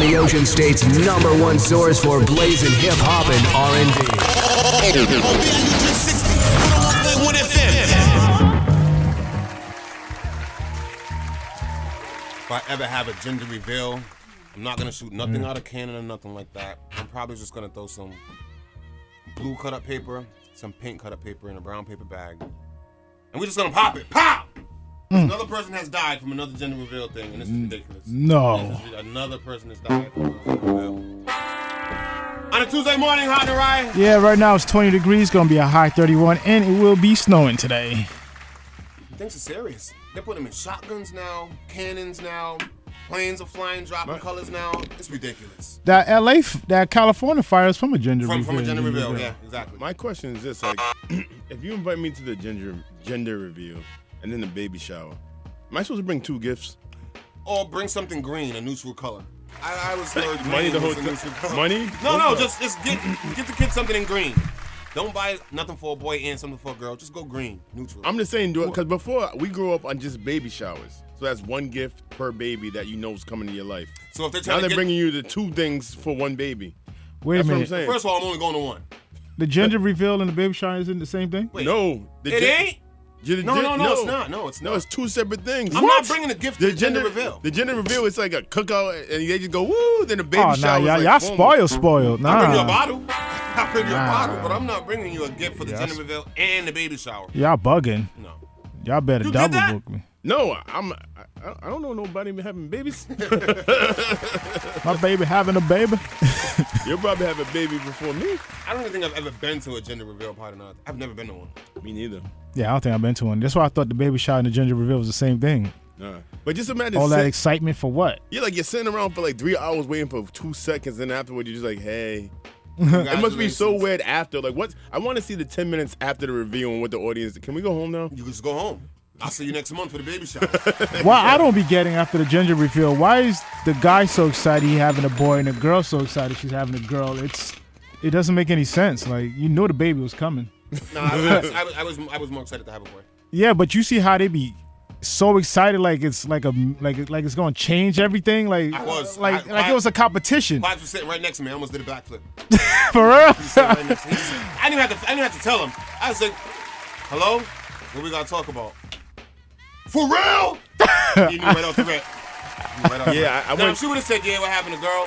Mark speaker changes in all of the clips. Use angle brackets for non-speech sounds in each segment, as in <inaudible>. Speaker 1: the Ocean State's number one source for blazing hip hop and R&B.
Speaker 2: If I ever have a gender reveal, I'm not gonna shoot nothing out of cannon or nothing like that. I'm probably just gonna throw some blue cut up paper, some pink cut up paper in a brown paper bag, and we're just gonna pop it. Pop! Another person has died from another gender reveal thing, and this is ridiculous.
Speaker 3: No.
Speaker 2: This is- Another person has died from another gender reveal. On a Tuesday morning, hot and right?
Speaker 3: Yeah, right now it's 20 degrees, gonna be a high 31, and it will be snowing today.
Speaker 2: Things are serious. They put them in shotguns now, cannons now, planes are flying, dropping colors now. It's ridiculous.
Speaker 3: That LA, f- that California fire is from a gender
Speaker 2: From,
Speaker 3: reveal.
Speaker 2: from a gender reveal, yeah, exactly.
Speaker 4: My question is this: like, <clears throat> if you invite me to the gender gender reveal and then the baby shower, am I supposed to bring two gifts?
Speaker 2: or bring something green, a neutral color. I, I
Speaker 4: <laughs>
Speaker 2: was heard green
Speaker 4: Money the
Speaker 2: was
Speaker 4: whole
Speaker 2: a
Speaker 4: ti-
Speaker 2: neutral color.
Speaker 4: money?
Speaker 2: No,
Speaker 4: What's
Speaker 2: no,
Speaker 4: up?
Speaker 2: just just get get the kid something in green. Don't buy nothing for a boy and something for a girl. Just go green, neutral.
Speaker 4: I'm just saying, do it because before we grew up on just baby showers, so that's one gift per baby that you know is coming to your life.
Speaker 2: so if they're
Speaker 4: Now
Speaker 2: trying to
Speaker 4: they're
Speaker 2: get,
Speaker 4: bringing you the two things for one baby.
Speaker 3: Wait a
Speaker 4: That's what I'm
Speaker 3: minute.
Speaker 4: saying.
Speaker 2: first of all, I'm only going to one.
Speaker 3: The gender reveal and the baby shower isn't the same thing?
Speaker 2: Wait,
Speaker 4: no, the
Speaker 2: it
Speaker 4: gen-
Speaker 2: ain't.
Speaker 4: gen- gen-
Speaker 2: No, no, no, it's not. No, it's
Speaker 4: No,
Speaker 2: not.
Speaker 4: it's two separate things.
Speaker 2: I'm not bringing a gift to
Speaker 4: The
Speaker 2: the gender,
Speaker 4: gender
Speaker 2: reveal.
Speaker 4: The gender reveal is like a cookout, and they just go woo. Then the baby
Speaker 3: oh, nah,
Speaker 4: shower. is
Speaker 3: y'all,
Speaker 4: like
Speaker 3: y'all
Speaker 4: formal.
Speaker 3: spoiled, spoiled.
Speaker 2: I bring you a
Speaker 3: Nah.
Speaker 2: bottle. <laughs> I bring you a
Speaker 3: Nah.
Speaker 2: bottle, but I'm not bringing you a gift for the
Speaker 3: Yes.
Speaker 2: gender reveal and the baby shower.
Speaker 3: Y'all bugging.
Speaker 2: No.
Speaker 3: Y'all better
Speaker 2: You did
Speaker 3: double
Speaker 2: that?
Speaker 3: book me.
Speaker 4: No, I'm. I, I don't know nobody having
Speaker 2: <laughs>
Speaker 4: babies. <laughs>
Speaker 3: My baby having a baby. <laughs>
Speaker 4: You'll probably have a baby before me.
Speaker 2: I don't even think I've ever been to a gender reveal party. Not. I've never been to one.
Speaker 4: Me neither.
Speaker 3: Yeah, I don't think I've been to one. That's why I thought the baby shower and the gender reveal was the same thing.
Speaker 4: Nah. But just imagine.
Speaker 3: All that
Speaker 4: sit-
Speaker 3: excitement for what?
Speaker 4: you're like you're sitting around for like three hours waiting for two seconds, and afterward you're just like, hey. It must be so
Speaker 2: Congratulations.
Speaker 4: weird after. Like what? I want to see the ten minutes after the reveal and what the audience. Can we go home now?
Speaker 2: You can just go home. I'll see you next month for the baby
Speaker 4: <laughs>
Speaker 3: <laughs>
Speaker 2: shower.
Speaker 3: Why I don't be getting after the gender reveal? Why is the guy so excited he having a boy and the girl so excited she's having a girl? It's it doesn't make any sense. Like you knew the baby
Speaker 2: <laughs>
Speaker 3: was coming.
Speaker 2: no,
Speaker 4: <laughs>
Speaker 2: I was, I was I was I was more excited to have a boy.
Speaker 3: <laughs> Yeah, but you see how they be so excited like it's like a like it- like it's going to change everything like
Speaker 2: I was.
Speaker 3: like
Speaker 2: I-
Speaker 3: like
Speaker 2: I-
Speaker 3: it was a competition
Speaker 2: Vibes was sitting right next to me. I almost did a backflip.
Speaker 3: <laughs> for real.
Speaker 2: He sat right next to me. He said- I didn't even have to. I didn't have to tell him. I was like, "Hello, what we gotta talk about?" For real? he knew right off the rip. He knew right off the
Speaker 4: Yeah,
Speaker 2: rip.
Speaker 4: I- I
Speaker 2: now,
Speaker 4: went-
Speaker 2: if she would have said, "Yeah, what happened to girl?"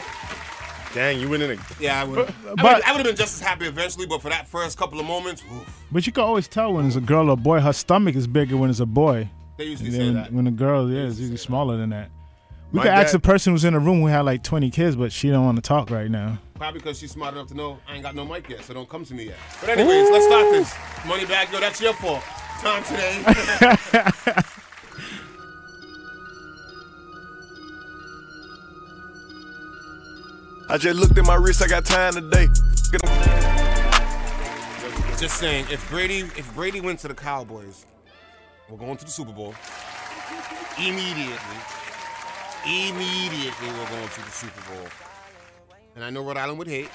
Speaker 4: Dang, you went in. A,
Speaker 2: Yeah, I would.
Speaker 3: But-
Speaker 2: I would have been just as happy eventually, but for that first couple of moments, oof,
Speaker 3: But you can always tell when it's a girl or a boy. Her stomach is bigger when it's a boy.
Speaker 2: they usually
Speaker 3: And
Speaker 2: say
Speaker 3: then
Speaker 2: that.
Speaker 3: when a girl yeah, it's usually smaller than that. We
Speaker 4: My
Speaker 3: could ask
Speaker 4: dad-
Speaker 3: the person who's in the room who had like 20 kids, but she don't want to talk right now.
Speaker 2: Probably because she's smart enough to know I ain't got no mic yet, so don't come to me yet. But anyways, let's start this. Money back, yo, that's your fault. Time today.
Speaker 3: <laughs>
Speaker 5: I just looked at my wrist, I got time today. Get 'em.
Speaker 2: Just saying, if Brady, if Brady went to the Cowboys, we're going to the Super Bowl. Immediately, immediately, we're going to the Super Bowl. And I know Rhode Island would hate.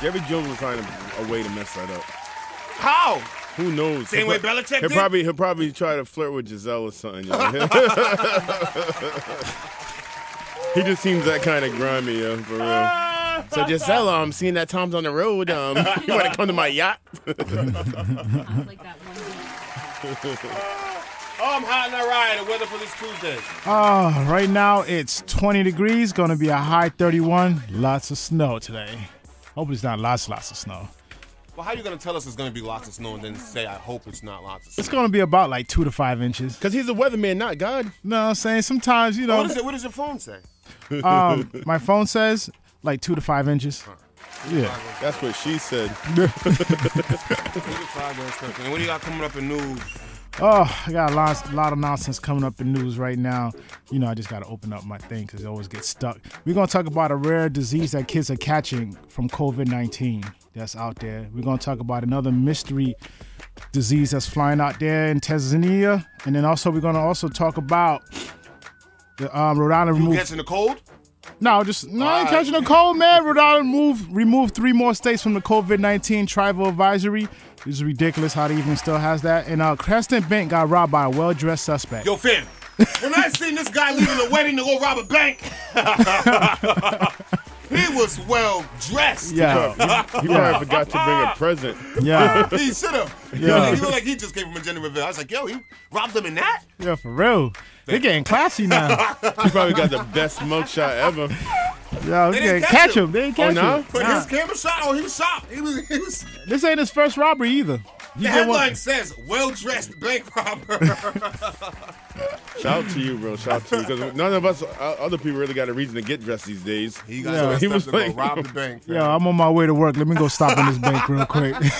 Speaker 4: Jerry Jones will find a, a way to mess that up.
Speaker 2: How?
Speaker 4: Who knows?
Speaker 2: Oh. Same way Belichick
Speaker 4: He'll
Speaker 2: did?
Speaker 4: probably he'll probably try to flirt with Giselle or something. you know? <laughs> he just seems that kind of grimy, yo, for real.
Speaker 2: <laughs>
Speaker 4: So Giselle, I'm seeing that Tom's on the road. Um, <laughs> you want to come to my
Speaker 3: <laughs>
Speaker 4: yacht?
Speaker 6: like that one dude.
Speaker 2: Oh, I'm hot and I ride. The weather for this Tuesday.
Speaker 3: Uh, right now it's 20 degrees, gonna be a high 31, lots of snow today. Hopefully it's not lots, lots of snow.
Speaker 2: Well, how you gonna tell us it's gonna be lots of snow and then say I hope it's not lots of snow?
Speaker 3: It's gonna be about like two to five inches.
Speaker 4: Cause he's a weatherman, not God.
Speaker 3: No, I'm saying sometimes, you know,
Speaker 2: What is it? What does your phone say?
Speaker 3: um, my phone says like two to five inches. Yeah.
Speaker 4: That's what she
Speaker 2: <laughs>
Speaker 4: said. <laughs>
Speaker 2: And what do you got coming up in news?
Speaker 3: Oh, I got a lot, lot of nonsense coming up in news right now. You know, I just got to open up my thing because it always gets stuck. We're going to talk about a rare disease that kids are catching from COVID 19 that's out there. We're going to talk about another mystery disease that's flying out there in Tanzania. And then also, we're going to also talk about the um, Rhode Island
Speaker 2: You
Speaker 3: remove.
Speaker 2: catching the cold?
Speaker 3: No, just no, I ain't catching a cold, man. Rhode Island move removed three more states from the COVID nineteen travel advisory. It's ridiculous how they even still has that. And uh, Creston Bank got robbed by a well dressed suspect.
Speaker 2: Yo, fam. When I seen this guy leaving the wedding to go rob a bank, <laughs> He was well dressed. <laughs>
Speaker 3: Yeah,
Speaker 4: He probably forgot to bring a present.
Speaker 3: yeah,
Speaker 2: He should have.
Speaker 3: Yeah.
Speaker 2: Yeah. He looked like he just came from a gender reveal. I was like, yo, he robbed them in that?
Speaker 3: yeah, for real. They getting classy now.
Speaker 4: He probably got the best mugshot ever.
Speaker 3: Yeah, we
Speaker 2: <laughs> They didn't
Speaker 3: can't
Speaker 2: catch
Speaker 3: catch him. They didn't
Speaker 4: Oh,
Speaker 3: catch
Speaker 4: no?
Speaker 3: him.
Speaker 2: But
Speaker 3: Nah.
Speaker 2: his camera shot, oh, he was shot. He was, he was
Speaker 3: This ain't his first robbery either. He
Speaker 2: the
Speaker 3: did one-
Speaker 2: headline says, well dressed bank robber.
Speaker 4: <laughs> Shout out to you, bro. Shout out to you. Because none of us, uh, other people, really got a reason to get dressed these days.
Speaker 2: he got
Speaker 3: Yeah.
Speaker 2: yeah,
Speaker 4: He
Speaker 2: he
Speaker 4: was
Speaker 2: was
Speaker 4: like-
Speaker 2: like, rob the bank.
Speaker 3: <laughs> Yo, I'm on my way to work. Let me go stop in this bank real quick.
Speaker 4: <laughs>
Speaker 3: <laughs>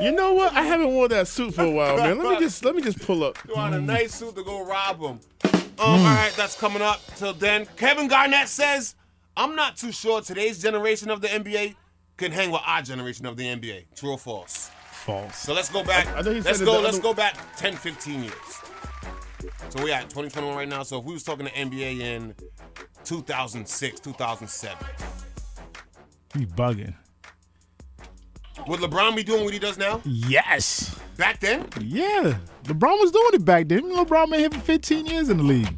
Speaker 4: You know what? I haven't worn that suit for a while, man. Let me just let me just pull up.
Speaker 2: You on a nice suit to go rob him.
Speaker 4: Mm.
Speaker 2: Um, all right, that's coming up. Till then, Kevin Garnett says, I'm not too sure today's generation of the NBA can hang with our generation of the NBA. True or false?
Speaker 3: False.
Speaker 2: So let's go back.
Speaker 4: I- I know you
Speaker 2: let's
Speaker 4: said
Speaker 2: go.
Speaker 4: that-
Speaker 2: Let's go back 10, 15 years. So we at 2021 right now. So if we was talking to NBA in 2006, 2007,
Speaker 3: You bugging?
Speaker 2: would LeBron be doing what he does now?
Speaker 3: Yes.
Speaker 2: Back then,
Speaker 3: Yeah, LeBron was doing it back then. LeBron been here for 15 years in the league.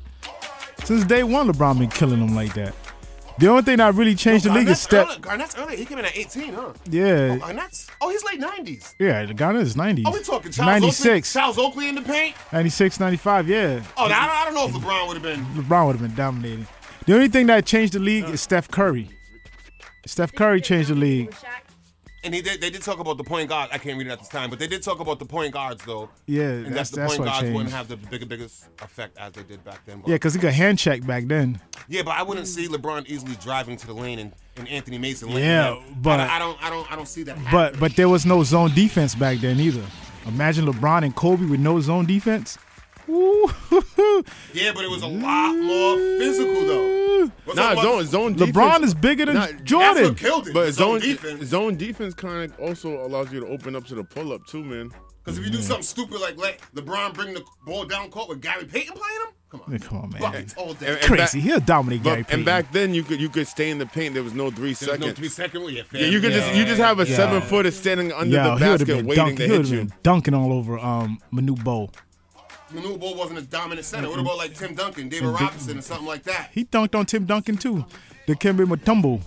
Speaker 3: Since day one, LeBron been killing them like that. The only thing that really changed the league is
Speaker 2: Garnett's
Speaker 3: step.
Speaker 2: early, Garnett's early. He came in at 18, huh?
Speaker 3: Yeah,
Speaker 2: Garnett's. Oh, he's late 90s.
Speaker 3: yeah. The Ghana is 90s.
Speaker 2: Are we talking Charles Oakley?
Speaker 3: 96,
Speaker 2: Charles Oakley in the paint?
Speaker 3: 96, 95. Yeah,
Speaker 2: Oh, now, I don't- I don't know if LeBron would have been.
Speaker 3: LeBron would have been dominating. The only thing that changed the league is Steph Curry. Steph Curry changed the league.
Speaker 2: And he did, they did talk about the point guard. I can't read it at this time, but they did talk about the point guards though.
Speaker 3: Yeah,
Speaker 2: and that's,
Speaker 3: that's-
Speaker 2: the
Speaker 3: that's
Speaker 2: point
Speaker 3: what
Speaker 2: guards wouldn't
Speaker 3: changed.
Speaker 2: have the bigger, biggest effect as they did back then.
Speaker 3: Yeah, because he could hand check back then.
Speaker 2: Yeah, but I wouldn't see LeBron easily driving to the lane and, and Anthony Mason. laying
Speaker 3: Yeah,
Speaker 2: down. I
Speaker 3: but-
Speaker 2: don't- I don't, I don't, I don't see that.
Speaker 3: But but there was no zone defense back then either. Imagine LeBron and Kobe with no zone defense. <laughs> Ooh.
Speaker 2: yeah, but it was a lot more physical though. What's
Speaker 4: Nah,
Speaker 2: up,
Speaker 4: zone
Speaker 2: Marcus?
Speaker 4: zone.
Speaker 3: LeBron
Speaker 4: defense-
Speaker 3: is bigger than
Speaker 4: Nah,
Speaker 2: That's
Speaker 3: Jordan.
Speaker 2: what killed it.
Speaker 4: But
Speaker 2: the
Speaker 4: zone
Speaker 2: zone,
Speaker 4: defense,
Speaker 2: defense.
Speaker 4: zone defense kind of also allows you to open up to the pull up too, man.
Speaker 2: Because if you do something stupid like let LeBron bring the ball down court with Gary Payton playing him, come on,
Speaker 3: Yeah, come on, man.
Speaker 2: buckets all day.
Speaker 4: And- and
Speaker 3: Crazy.
Speaker 4: back-
Speaker 3: He'll dominate Gary
Speaker 4: But,
Speaker 3: Payton.
Speaker 4: and back then, you could you could stay in the paint. There was no three
Speaker 2: There's
Speaker 4: seconds.
Speaker 2: no three second. Yeah,
Speaker 4: yeah, you could just you just have a
Speaker 3: Yeah.
Speaker 4: seven footer standing under
Speaker 3: Yo,
Speaker 4: the
Speaker 3: he
Speaker 4: basket
Speaker 3: would've been,
Speaker 4: waiting
Speaker 3: dunk,
Speaker 4: to
Speaker 3: he would've
Speaker 4: hit you.
Speaker 3: been dunking all over um, Manu Bowl.
Speaker 2: Manu Ball wasn't a dominant center. What about like Tim Duncan, David Robinson, or something like that?
Speaker 3: He dunked on Tim Duncan too. The Kimber Mutombo.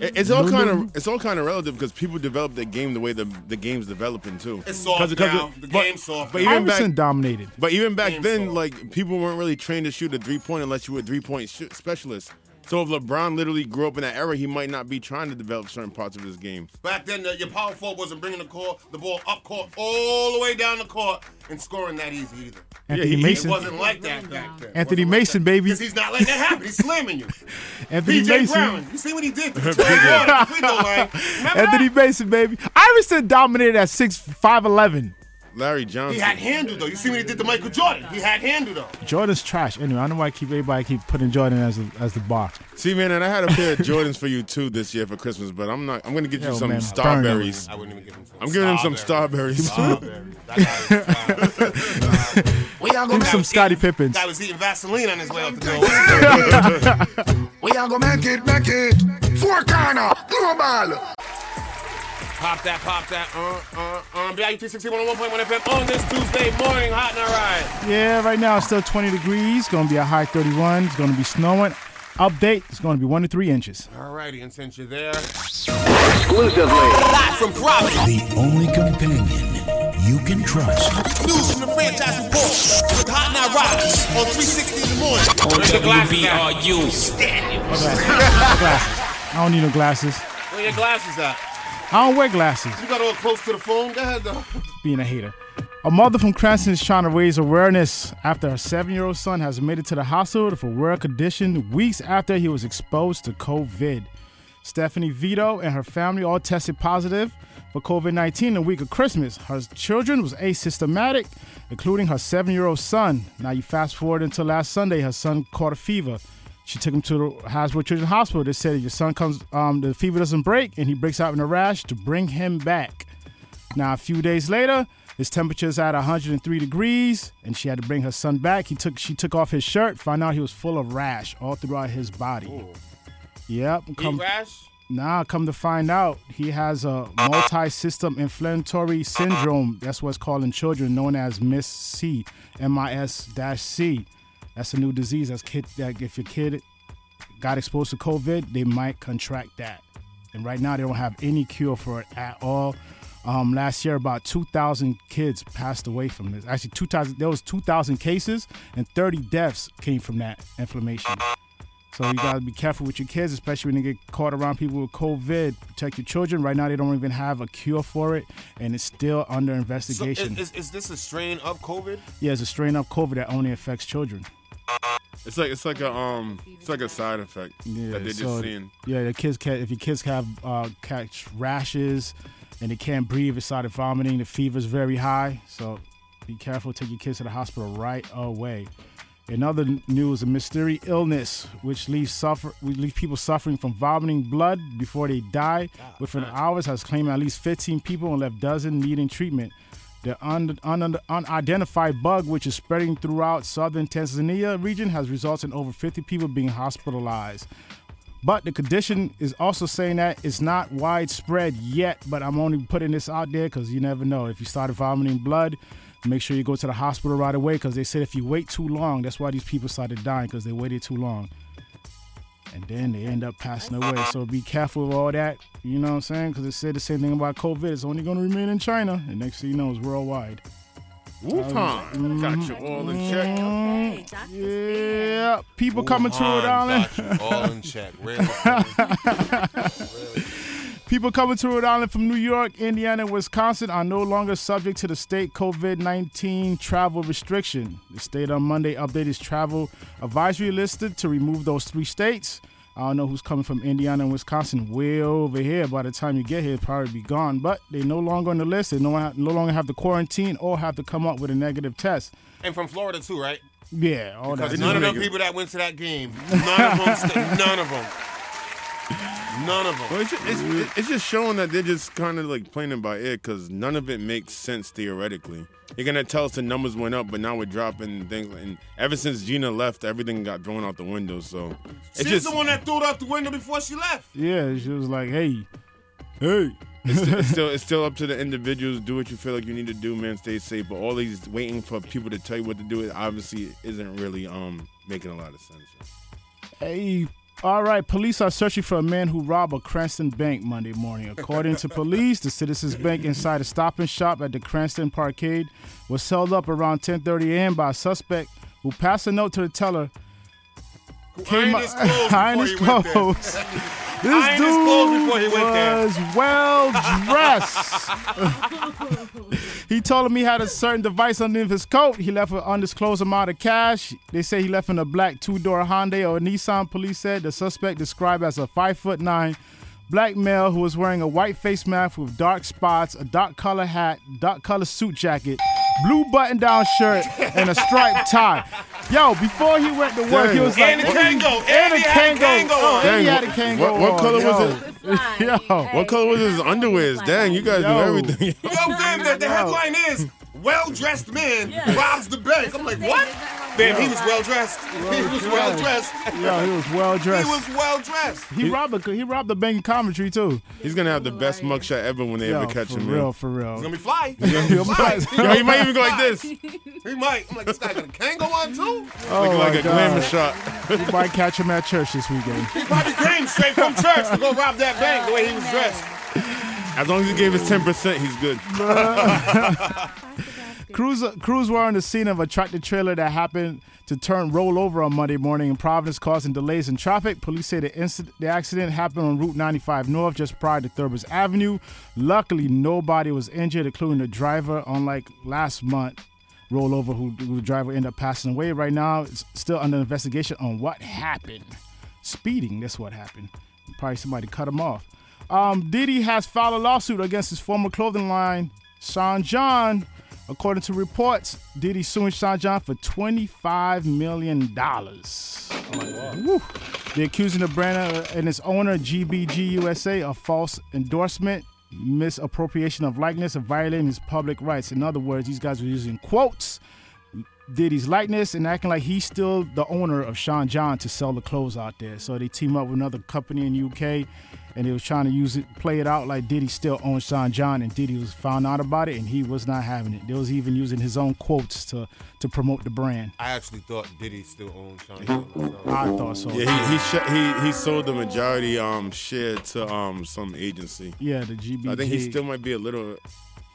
Speaker 4: It- It's all kind of it's all kind of relative because people develop their game the way the the game's developing too.
Speaker 2: It's soft
Speaker 4: 'Cause- 'cause
Speaker 2: now.
Speaker 4: it-
Speaker 2: The
Speaker 4: but-
Speaker 2: game's soft
Speaker 4: But
Speaker 2: now.
Speaker 4: even
Speaker 3: Iverson
Speaker 4: back,
Speaker 3: dominated.
Speaker 4: but even back
Speaker 2: Game's
Speaker 4: then,
Speaker 2: soft.
Speaker 4: like people weren't really trained to shoot a three point unless you were a three point shoot specialist. So if LeBron literally grew up in that era, he might not be trying to develop certain parts of his game.
Speaker 2: Back then, the, your power forward wasn't bringing the court, the ball up court, all the way down the court, and scoring that easy either.
Speaker 3: Anthony
Speaker 4: he- he
Speaker 2: It
Speaker 3: Mason.
Speaker 2: wasn't like that back then.
Speaker 3: Anthony Mason, baby.
Speaker 2: Because he's not letting that happen. He's slamming you.
Speaker 3: <laughs> Anthony
Speaker 2: PJ <laughs>
Speaker 3: Mason.
Speaker 2: Brown. You see what
Speaker 4: <laughs>
Speaker 2: he did? to the Detroit Warriors, free throw line. Remember
Speaker 3: Anthony
Speaker 2: that?
Speaker 3: Mason, baby. Iverson dominated at six five eleven.
Speaker 4: Larry
Speaker 2: He
Speaker 4: Johnson.
Speaker 2: had handle though. You see what he did to Michael Jordan? He had handle though.
Speaker 3: Jordan's trash. Anyway, I don't know why I keep everybody keep putting Jordan as the, as the bar.
Speaker 4: See, man, and I had a pair of Jordans for you too this year for Christmas, but I'm not. I'm gonna get you
Speaker 3: Yo,
Speaker 4: some
Speaker 3: man, burn 'em.
Speaker 4: starberries.
Speaker 2: I wouldn't even give him. Some
Speaker 4: I'm giving him some starberries.
Speaker 2: Strawberries. That guy
Speaker 4: <laughs>
Speaker 2: was fried. Where y'all
Speaker 3: Give
Speaker 2: go
Speaker 3: me some Scottie Pippins.
Speaker 2: Guy was eating <laughs> Vaseline on his way out the door. <laughs>
Speaker 5: Where y'all gonna make it, make it? Four corner, global.
Speaker 2: Pop that, pop that. Uh, uh, uh. BIU 360 101.1 FM on this Tuesday morning. Hot and all right.
Speaker 3: Yeah, right now it's still 20 degrees. Gonna be a high 31. It's gonna be snowing. Update, it's gonna be one to three inches.
Speaker 2: All righty, and since you're there,
Speaker 1: Exclusively.
Speaker 2: live from Providence,
Speaker 7: The only companion you can trust.
Speaker 2: news from the franchise report with Hot and I Rocks on 360 in the morning. Where's your glasses at?
Speaker 3: I don't need no glasses.
Speaker 2: Where your glasses at?
Speaker 3: I don't wear glasses.
Speaker 2: You got all close to the phone? Go ahead, though.
Speaker 3: being a hater. A mother from Cranston is trying to raise awareness after her seven year old son has admitted to the hospital for rare condition weeks after he was exposed to COVID. Stephanie Vito and her family all tested positive for COVID 19 the week of Christmas. Her children was asymptomatic, including her seven year old son. Now, you fast forward until last Sunday, her son caught a fever. She took him to the Hasbro Children's Hospital. They said if your son comes, um, the fever doesn't break and he breaks out in a rash to bring him back. Now, a few days later, his temperature's at 103 degrees, and she had to bring her son back. He took she took off his shirt, found out he was full of rash all throughout his body. Yep.
Speaker 2: Heat
Speaker 3: Come
Speaker 2: rash?
Speaker 3: nah, come to find out, he has a multi-system inflammatory syndrome. That's what's called in children, known as MIS C, M I S dash C. That's a new disease that's kid that if your kid got exposed to COVID, they might contract that. And right now, they don't have any cure for it at all. Um, last year, about 2,000 kids passed away from this. Actually, 2,000 there was 2,000 cases and 30 deaths came from that inflammation. So you gotta be careful with your kids, especially when they get caught around people with COVID. Protect your children. Right now, they don't even have a cure for it, and it's still under
Speaker 2: So is,
Speaker 3: investigation.
Speaker 2: is, is this a strain of COVID?
Speaker 3: yeah, it's a strain of COVID that only affects children.
Speaker 4: It's like it's like a um it's like a side effect
Speaker 3: Yeah,
Speaker 4: that they're
Speaker 3: so-
Speaker 4: just seeing.
Speaker 3: Yeah, the kids can if your kids have uh, catch rashes and they can't breathe, it started vomiting. The fever's very high, so be careful. Take your kids to the hospital right away. In other news, a mystery illness which leaves suffer which leaves people suffering from vomiting blood before they die within hours has claimed at least 15 people and left dozen needing treatment. The un- un- unidentified bug, which is spreading throughout southern Tanzania region, has resulted in over 50 people being hospitalized. But the condition is also saying that it's not widespread yet, but I'm only putting this out there because you never know. If you start vomiting blood, make sure you go to the hospital right away because they said if you wait too long, that's why these people started dying because they waited too long. And then they end up passing away. So be careful with all that. You know what I'm saying? Because it said the same thing about COVID. It's only going to remain in China. And next thing you know, it's worldwide.
Speaker 4: Wuhan
Speaker 3: mm-hmm.
Speaker 4: got you all in check.
Speaker 6: Okay, Dr. Stan.
Speaker 3: Yeah, people coming to Rhode Island.
Speaker 2: Got you all in check. Really? That's
Speaker 3: <laughs> People coming to Rhode Island from New York, Indiana, and Wisconsin are no longer subject to the state COVID 19 travel restriction. The state on Monday updated its travel advisory list to remove those three states. I don't know who's coming from Indiana and Wisconsin way over here. By the time you get here, it'll probably be gone. But they no longer on the list. They no, no longer have to quarantine or have to come up with a negative test.
Speaker 2: and from Florida too, right?
Speaker 3: Yeah, all that.
Speaker 2: Because
Speaker 4: just
Speaker 2: none of them
Speaker 4: make it-
Speaker 2: people that went to that game, none of them, sta- <laughs> none of them, none of them.
Speaker 4: Well, it's just, it's, it's just showing that they're just kind of like playing it by ear because none of it makes sense theoretically. You're gonna tell us the numbers went up, but now we're dropping things. And ever since Gina left, everything got thrown out the window. So it's
Speaker 2: She's
Speaker 4: just
Speaker 2: the one that threw it out the window before she left.
Speaker 3: Yeah, she was like, hey, hey.
Speaker 4: <laughs> it's still it's still up to the individuals. Do what you feel like you need to do, man. Stay safe. But all these waiting for people to tell you what to do, it obviously isn't really um making a lot of sense.
Speaker 3: Hey, all right. Police are searching for a man who robbed a Cranston bank Monday morning. According to police, the Citizens Bank inside a stop and shop at the Cranston Parkade was held up around 10:30 a.m. by a suspect who passed a note to the teller.
Speaker 2: Iron his clothes before
Speaker 3: <laughs> Iron
Speaker 2: he
Speaker 3: his
Speaker 2: went there.
Speaker 3: clothes. This
Speaker 2: <laughs> Iron his
Speaker 3: dude
Speaker 2: clothes before he went there.
Speaker 3: was well dressed. he told him he had a certain device underneath his coat. He left an undisclosed amount of cash. They say he left in a black two-door Hyundai or Nissan. Police said the suspect described as a five foot nine black male who was wearing a white face mask with dark spots, a dark color hat, dark color suit jacket, blue button-down shirt, and a striped tie. Yo, before he went to work, he was like,
Speaker 2: And a Kango. And
Speaker 3: and a
Speaker 2: he had a
Speaker 3: Kango.
Speaker 2: Kango
Speaker 3: Oh,
Speaker 2: on.
Speaker 3: and he
Speaker 4: Dang,
Speaker 3: had a
Speaker 4: what-
Speaker 3: Kango
Speaker 4: what- what
Speaker 3: on,
Speaker 4: color was
Speaker 3: yo.
Speaker 4: it? <laughs>
Speaker 6: Flying.
Speaker 3: Yo.
Speaker 6: Hey,
Speaker 4: What color was his
Speaker 6: that's
Speaker 4: underwears?
Speaker 6: fine.
Speaker 4: Dang, you guys
Speaker 3: Yo.
Speaker 4: do everything. <laughs>
Speaker 2: Yo, damn, that the headline is well dressed man
Speaker 6: Yeah.
Speaker 2: robs the bank. I'm like, what? Damn, he was well dressed. He was well dressed.
Speaker 3: Yo,
Speaker 2: <laughs>
Speaker 3: he was well
Speaker 2: He
Speaker 3: dressed.
Speaker 2: was well dressed.
Speaker 3: He robbed a, he robbed the bank in Coventry too.
Speaker 4: He's gonna have the best
Speaker 6: Hilarious.
Speaker 4: mugshot ever when they
Speaker 3: Yo,
Speaker 4: ever catch
Speaker 3: for
Speaker 4: him. man.
Speaker 3: real, for real.
Speaker 2: He's gonna be fly. He's gonna be
Speaker 3: Yo, <laughs>
Speaker 2: fly.
Speaker 3: he
Speaker 4: Yo, he might even go like this,
Speaker 2: He might. I'm like, this guy got a Kango on too?
Speaker 3: oh
Speaker 4: like,
Speaker 3: my
Speaker 4: like a
Speaker 3: God.
Speaker 4: glamour shot.
Speaker 3: You might catch him at church this weekend.
Speaker 2: He
Speaker 3: <laughs>
Speaker 2: probably came straight from church to go rob that bank the way he was dressed.
Speaker 4: As long as he gave us ten percent, he's
Speaker 3: <laughs>
Speaker 4: good.
Speaker 3: Crews, crews were on the scene of a tractor trailer that happened to turn roll over on Monday morning in Providence, causing delays in traffic. Police say the, inci- the accident happened on Route 95 North, just prior to Thurbus Avenue. Luckily, nobody was injured, including the driver, unlike last month. Rollover, who, who the driver ended up passing away. Right now, it's still under investigation on what happened. Speeding, that's what happened. Probably somebody cut him off. Um, Diddy has filed a lawsuit against his former clothing line, Sean John. According to reports, Diddy suing Sean John for $25 million. Woo. They're accusing the brand and its owner, GBG USA, of false endorsement, misappropriation of likeness, and violating his public rights. In other words, these guys were using quotes Diddy's likeness and acting like he's still the owner of Sean John to sell the clothes out there. So they team up with another company in UK and they was trying to use it, play it out like Diddy still owns Sean John and Diddy was found out about it and he was not having it. They was even using his own quotes to to promote the brand.
Speaker 2: I actually thought Diddy still owned Sean John. myself.
Speaker 3: I thought so.
Speaker 4: Yeah, he he, sh- he he sold the majority um share to um some agency.
Speaker 3: Yeah, the GBG.
Speaker 4: I think he still might be a little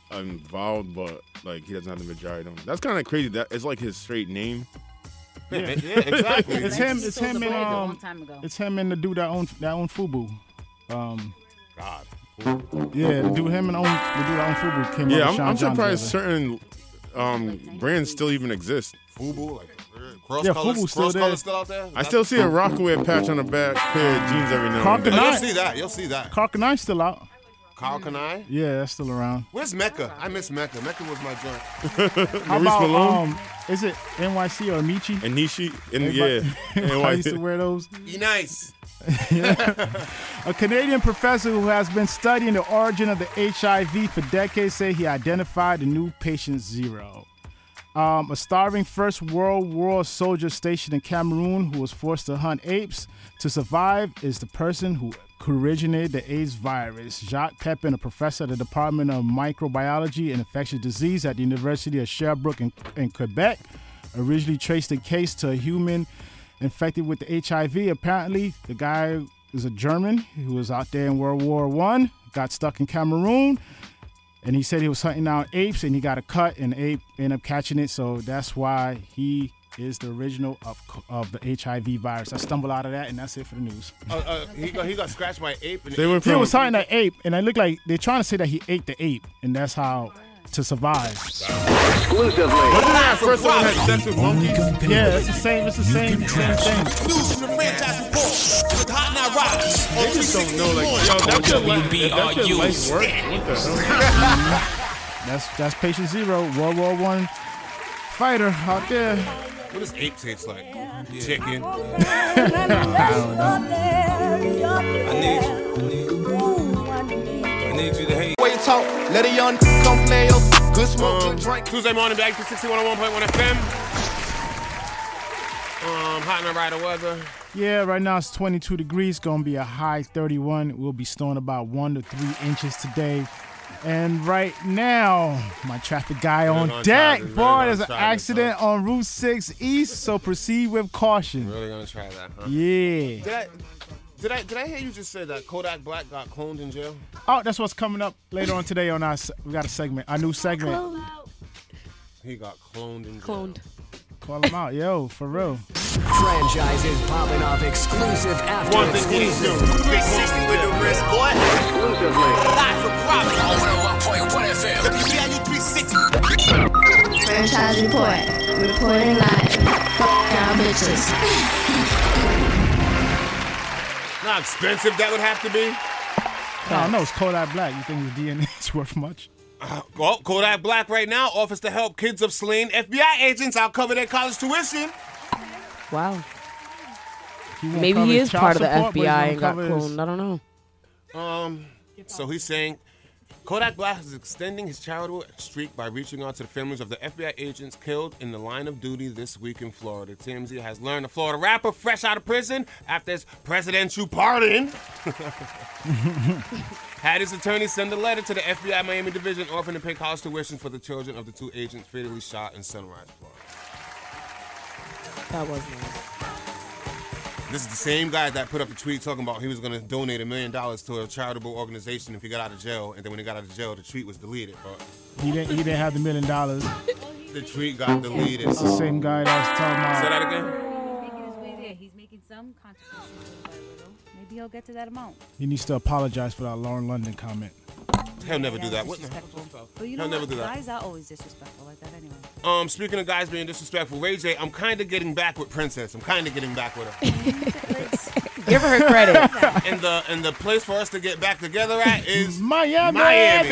Speaker 4: involved, but like he doesn't have the majority. On. That's kind of crazy. That it's like his straight name.
Speaker 2: Yeah, yeah, exactly.
Speaker 6: Like,
Speaker 3: It's him.
Speaker 6: he
Speaker 3: It's
Speaker 6: sold
Speaker 3: him
Speaker 6: the brand
Speaker 3: and
Speaker 6: a long
Speaker 3: um.
Speaker 6: time ago.
Speaker 3: It's him and the dude that own that own Fubu. Um,
Speaker 2: God.
Speaker 3: Yeah, the dude him and own the dude that own Fubu came out.
Speaker 4: Yeah,
Speaker 3: with
Speaker 4: I'm,
Speaker 3: Sean
Speaker 4: I'm
Speaker 3: John
Speaker 4: surprised
Speaker 3: together.
Speaker 4: certain um brands still even exist.
Speaker 2: Fubu, like uh, cross
Speaker 3: Yeah,
Speaker 2: colors,
Speaker 3: Fubu's still
Speaker 2: cross
Speaker 3: there.
Speaker 2: colors still out there.
Speaker 4: I still see a Rockaway patch on the back pair of jeans every now and
Speaker 3: Compton
Speaker 4: then.
Speaker 2: You'll
Speaker 3: Nine.
Speaker 2: see that. You'll see that.
Speaker 3: Clark and I still out.
Speaker 2: Kyle Kanai.
Speaker 3: Yeah, that's still around.
Speaker 2: Where's Mecca? I miss Mecca. Mecca was my joint.
Speaker 3: How
Speaker 4: <laughs> Maurice
Speaker 3: about
Speaker 4: Malone?
Speaker 3: um? Is it NYC or Amici?
Speaker 4: And Nishi, and yeah,
Speaker 3: <laughs> Everybody-
Speaker 4: and
Speaker 3: I used to
Speaker 4: why-
Speaker 3: wear those.
Speaker 2: Be nice.
Speaker 3: A Canadian professor who has been studying the origin of the HIV for decades say he identified the new patient zero. Um, a starving First World War soldier stationed in Cameroon who was forced to hunt apes to survive is the person who originated the AIDS virus. Jacques Pepin, a professor at the Department of Microbiology and Infectious Disease at the University of Sherbrooke in, in Quebec, originally traced the case to a human infected with the HIV. Apparently, the guy is a German who was out there in World War One, got stuck in Cameroon, and he said he was hunting down apes and he got a cut and the ape ended up catching it so that's why he is the original of, of the hiv virus i stumbled out of that and that's it for the news
Speaker 2: Uh, uh, he, got, he got scratched by an ape. And
Speaker 4: they went
Speaker 3: he
Speaker 4: from
Speaker 3: was hunting that ape and it looked like they're trying to say that he ate the ape and that's how to survive
Speaker 1: Exclusively.
Speaker 4: Wasn't that first one had sex with
Speaker 7: Only
Speaker 4: monkeys?
Speaker 7: company
Speaker 3: yeah it's the same it's the
Speaker 7: you
Speaker 3: same,
Speaker 7: can
Speaker 3: same
Speaker 7: trust.
Speaker 3: thing
Speaker 4: They just don't know, like, yo, that's your life. if That's your life work. What the hell?
Speaker 3: <laughs> that's that's patient zero world war one fighter out there
Speaker 2: What does ape taste like? Chicken. Um, Tuesday morning, back to 6101.1 FM. Um, hot and right of weather.
Speaker 3: yeah right now it's 22 degrees gonna be a high 31 we'll be snowing about one to three inches today and right now, my traffic guy on
Speaker 2: on
Speaker 3: deck.
Speaker 2: traffic, really
Speaker 3: Boy,
Speaker 2: on
Speaker 3: there's an
Speaker 2: traffic,
Speaker 3: accident on Route 6 East, so proceed with caution.
Speaker 2: Really gonna try that, huh?
Speaker 3: Yeah.
Speaker 2: Did I, did I, did I hear you just say that Kodak Black got cloned in jail?
Speaker 3: Oh, that's what's coming up later on today on our se- we got a segment, our new segment.
Speaker 2: He got cloned in jail.
Speaker 8: Cloned.
Speaker 3: Call them out, yo, for real.
Speaker 1: Franchises popping off exclusive after
Speaker 2: One thing he
Speaker 1: exclusive.
Speaker 2: do. Big sixty with the wrist, boy.
Speaker 1: Exclusively.
Speaker 2: Live for profit.
Speaker 1: 101.1 FM.
Speaker 2: Yeah, you 360.
Speaker 9: Franchise report. Reporting live. Fuck y'all bitches.
Speaker 2: Not expensive that would have to be.
Speaker 3: I don't know, it's Kodak Black. You think his DNA is worth much?
Speaker 2: Well, Oh, Kodak Black right now offers to help kids of slain FBI agents out cover their college tuition.
Speaker 8: Wow.
Speaker 3: He won't
Speaker 8: Maybe
Speaker 3: cover
Speaker 8: he
Speaker 3: his
Speaker 8: is
Speaker 3: child
Speaker 8: part of the
Speaker 3: support, but he's
Speaker 8: FBI
Speaker 3: gonna
Speaker 8: and got
Speaker 3: cover his-
Speaker 8: cloned. I don't know.
Speaker 2: Um, So he's saying Kodak Black is extending his charitable streak by reaching out to the families of the FBI agents killed in the line of duty this week in Florida. TMZ has learned the Florida rapper fresh out of prison after his presidential pardon <laughs> had his attorney send a letter to the FBI Miami Division offering to pay college tuition for the children of the two agents fatally shot in Sunrise, Florida.
Speaker 8: That was nice.
Speaker 2: This is the same guy that put up a tweet talking about he was going to donate a million dollars to a charitable organization if he got out of jail. And then when he got out of jail, the tweet was deleted. But
Speaker 3: He didn't, he didn't have the million dollars.
Speaker 2: the tweet got deleted.
Speaker 3: It's Oh. the same guy that was
Speaker 2: Say
Speaker 3: talking about.
Speaker 2: that again.
Speaker 6: Making his way there. He's making some contributions little by little. Maybe he'll get to that amount.
Speaker 3: He needs to apologize for that Lauren London comment.
Speaker 2: He'll never do
Speaker 6: Yeah,
Speaker 2: that. What the hell?
Speaker 6: disrespectful. But you know
Speaker 2: He'll never
Speaker 6: what?
Speaker 2: do that.
Speaker 6: Guys are always disrespectful like that anyway.
Speaker 2: Um, speaking of guys being disrespectful, Ray J, I'm kind of getting back with Princess. I'm kind of getting back with her.
Speaker 8: Give <laughs>
Speaker 3: <laughs>
Speaker 8: her her credit.
Speaker 2: <laughs> and the and the place for us to get back together at is
Speaker 3: Miami! <laughs>
Speaker 2: Miami.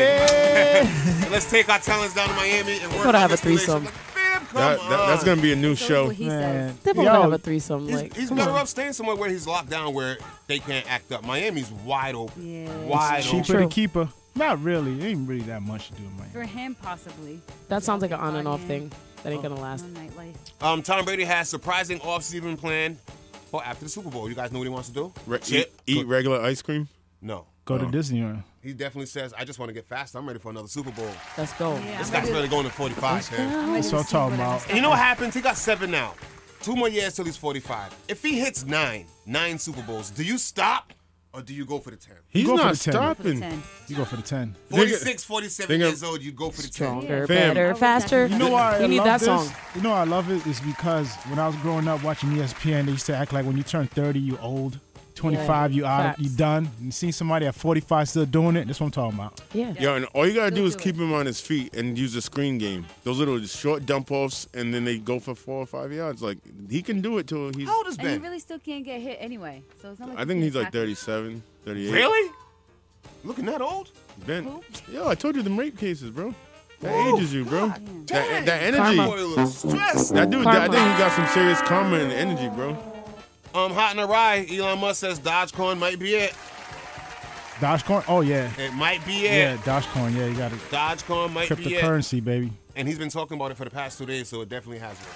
Speaker 2: Let's take our talents down to Miami and work.
Speaker 8: gonna
Speaker 2: on
Speaker 8: have a
Speaker 2: this
Speaker 8: threesome.
Speaker 2: relationship. Fam, come
Speaker 4: That, that, that's
Speaker 2: on.
Speaker 4: gonna be a new
Speaker 6: So
Speaker 4: show.
Speaker 6: what he says.
Speaker 3: Man.
Speaker 8: They're both gonna have a threesome.
Speaker 2: He's,
Speaker 8: like,
Speaker 2: he's
Speaker 8: come
Speaker 2: better
Speaker 8: on.
Speaker 2: off staying somewhere where he's locked down, where they can't act up. Miami's wide open.
Speaker 6: Yeah.
Speaker 2: Wide
Speaker 3: cheaper
Speaker 2: open.
Speaker 3: to
Speaker 8: True.
Speaker 3: keep her. Not really. It ain't really that much to do in Miami.
Speaker 6: For him, possibly.
Speaker 8: That sounds like an on and off thing. That
Speaker 3: Oh.
Speaker 8: ain't gonna last.
Speaker 6: No nightlife.
Speaker 2: Um, Tom Brady has surprising off-season plan for after the Super Bowl. You guys know what he wants to do?
Speaker 4: Re- eat,
Speaker 2: Chip.
Speaker 4: eat regular ice cream.
Speaker 2: No.
Speaker 3: Go to Disneyland.
Speaker 2: He definitely says, I just want to get fast. I'm ready for another Super Bowl.
Speaker 8: Let's go.
Speaker 6: Yeah,
Speaker 2: This
Speaker 6: I'm ready
Speaker 2: guy's
Speaker 6: to-
Speaker 2: really going to 45, man.
Speaker 6: I'm ready
Speaker 3: That's
Speaker 6: to
Speaker 3: what I'm
Speaker 6: see
Speaker 3: talking
Speaker 6: what I
Speaker 3: about.
Speaker 6: missed
Speaker 2: And you
Speaker 6: out
Speaker 2: know what
Speaker 6: on.
Speaker 2: happens? He got seven now. Two more years till he's 45. If he hits nine, nine Super Bowls, do you stop or do you go for the 10?
Speaker 4: He's
Speaker 3: Go for
Speaker 4: not
Speaker 3: the ten.
Speaker 6: For the
Speaker 4: stopping.
Speaker 6: 10.
Speaker 3: You go for the ten.
Speaker 2: 46, 47
Speaker 4: Nigga-
Speaker 2: years old, you'd go for the 10.
Speaker 8: Stronger,
Speaker 4: Fam.
Speaker 8: better, faster.
Speaker 3: Oh, You know why? I
Speaker 8: We need
Speaker 3: love
Speaker 8: that
Speaker 3: this?
Speaker 8: song.
Speaker 3: You know why I love it is because when I was growing up watching E ESPN, they used to act like when you turn 30, you old. 25, you out,
Speaker 8: Facts.
Speaker 3: you done. And seeing somebody at 45 still doing it, that's what I'm talking about.
Speaker 8: Yeah.
Speaker 4: Yo, and all you gotta do
Speaker 6: He'll
Speaker 4: is
Speaker 6: do
Speaker 4: keep
Speaker 6: it.
Speaker 4: him on his feet and use the screen game. Those little short dump offs, and then they go for four or five yards. Like he can do it till he's.
Speaker 2: How old is
Speaker 6: And he
Speaker 2: Ben?
Speaker 6: really still can't get hit anyway. So it's not like
Speaker 4: I
Speaker 6: he
Speaker 4: think
Speaker 6: can
Speaker 4: he's like
Speaker 6: tackle.
Speaker 4: 37, 38.
Speaker 2: Really? Looking that old?
Speaker 4: Ben.
Speaker 6: Who?
Speaker 4: Yo, I told you the rape cases, bro. That
Speaker 2: Woo!
Speaker 4: ages you, bro.
Speaker 6: God
Speaker 4: That, that energy.
Speaker 8: Karma.
Speaker 2: Boy, you look stressed.
Speaker 4: That dude, I
Speaker 8: Karma.
Speaker 4: think he got some serious karma and energy, bro.
Speaker 2: Um, hot in the rye, Elon Musk says Dogecoin might be it.
Speaker 3: Dogecoin? Oh, yeah.
Speaker 2: It might be
Speaker 3: Yeah,
Speaker 2: it.
Speaker 3: Dogecoin. Yeah, you got it.
Speaker 2: Dogecoin might be it.
Speaker 3: Cryptocurrency, baby.
Speaker 2: And he's been talking about it for the past two days, so it definitely has it.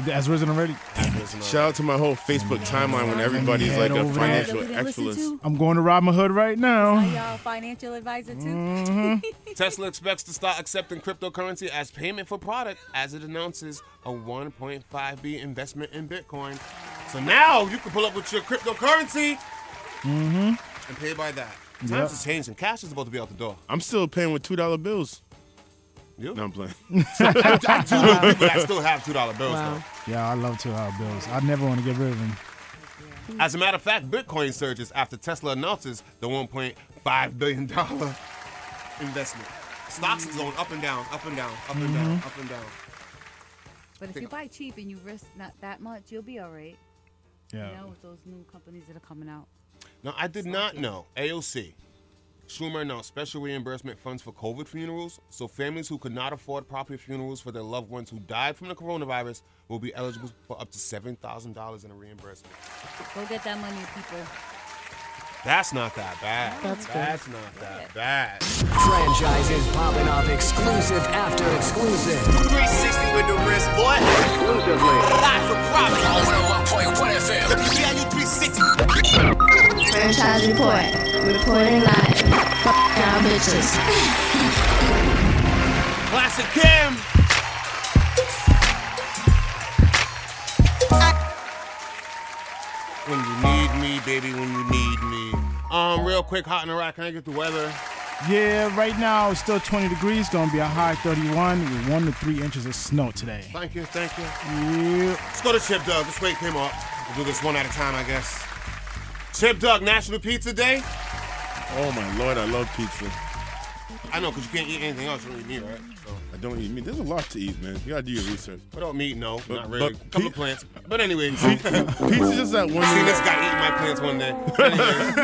Speaker 3: That's risen already.
Speaker 2: Has risen
Speaker 4: Shout out to my whole Facebook timeline when everybody's
Speaker 3: Yeah,
Speaker 4: like a
Speaker 3: over there.
Speaker 4: financial
Speaker 6: That we didn't listen
Speaker 4: excellence.
Speaker 6: to?
Speaker 3: I'm going to Robin Hood right
Speaker 6: Are
Speaker 3: now.
Speaker 6: y'all financial advisor too?
Speaker 2: Mm-hmm. <laughs> Tesla expects to start accepting cryptocurrency as payment for product as it announces a 1.5 b investment in Bitcoin. So now you can pull up with your cryptocurrency
Speaker 3: Mm-hmm.
Speaker 2: and pay by that. Times
Speaker 3: Yep.
Speaker 2: is changing. Cash is about to be out the door.
Speaker 4: I'm still paying with two dollar bills.
Speaker 2: You?
Speaker 4: No, I'm playing.
Speaker 2: <laughs> I do
Speaker 4: <laughs>
Speaker 2: know people that still have two dollar bills
Speaker 8: Wow.
Speaker 3: Yeah, I love two dollar bills. I never want to get rid of them.
Speaker 2: though. As a matter of fact, Bitcoin surges after Tesla announces the 1.5 billion dollar investment. Stocks is going up and down, up and down, up and down, up and down.
Speaker 6: <laughs> But if you buy cheap and you risk not that much, you'll be all right.
Speaker 3: Yeah.
Speaker 6: You know, with those new companies that are coming out.
Speaker 2: No, I did not know. AOC. Schumer announced special reimbursement funds for COVID funerals, so families who could not afford proper funerals for their loved ones who died from the coronavirus will be eligible for up to $7,000 in a reimbursement.
Speaker 6: Go get that money, people.
Speaker 2: That's not that bad.
Speaker 8: That's good.
Speaker 2: That's not that bad.
Speaker 1: Franchises popping off exclusive after exclusive.
Speaker 5: 360 with the wrist, boy. Live for profit. Let me see how you 360.
Speaker 9: Franchise report. Reporting live. Fuck y'all bitches.
Speaker 2: Classic Kim. When you need me, baby, when you need me. Um, real quick, hot in the rock. Can I get the weather?
Speaker 3: Yeah, right now it's still 20 degrees. Gonna be a high 31 with one to three inches of snow today.
Speaker 2: Thank you, thank you.
Speaker 3: Yeah.
Speaker 2: Let's go to Chip Doug. Let's wake him up. We'll do this one at a time, I guess. Chip Doug, National Pizza Day.
Speaker 4: Oh my lord, I love pizza.
Speaker 2: I know, because you can't eat anything else. You don't eat meat, right? So,
Speaker 4: I don't eat meat. There's a lot to eat, man. You gotta do your research.
Speaker 2: without meat, no, not
Speaker 4: but
Speaker 2: really.
Speaker 4: pe-
Speaker 2: couple
Speaker 4: <laughs>
Speaker 2: of plants. But anyway, seen
Speaker 4: Pizza's just that
Speaker 2: <laughs>
Speaker 4: one. Thing
Speaker 2: this
Speaker 4: that,
Speaker 2: guy eating my plants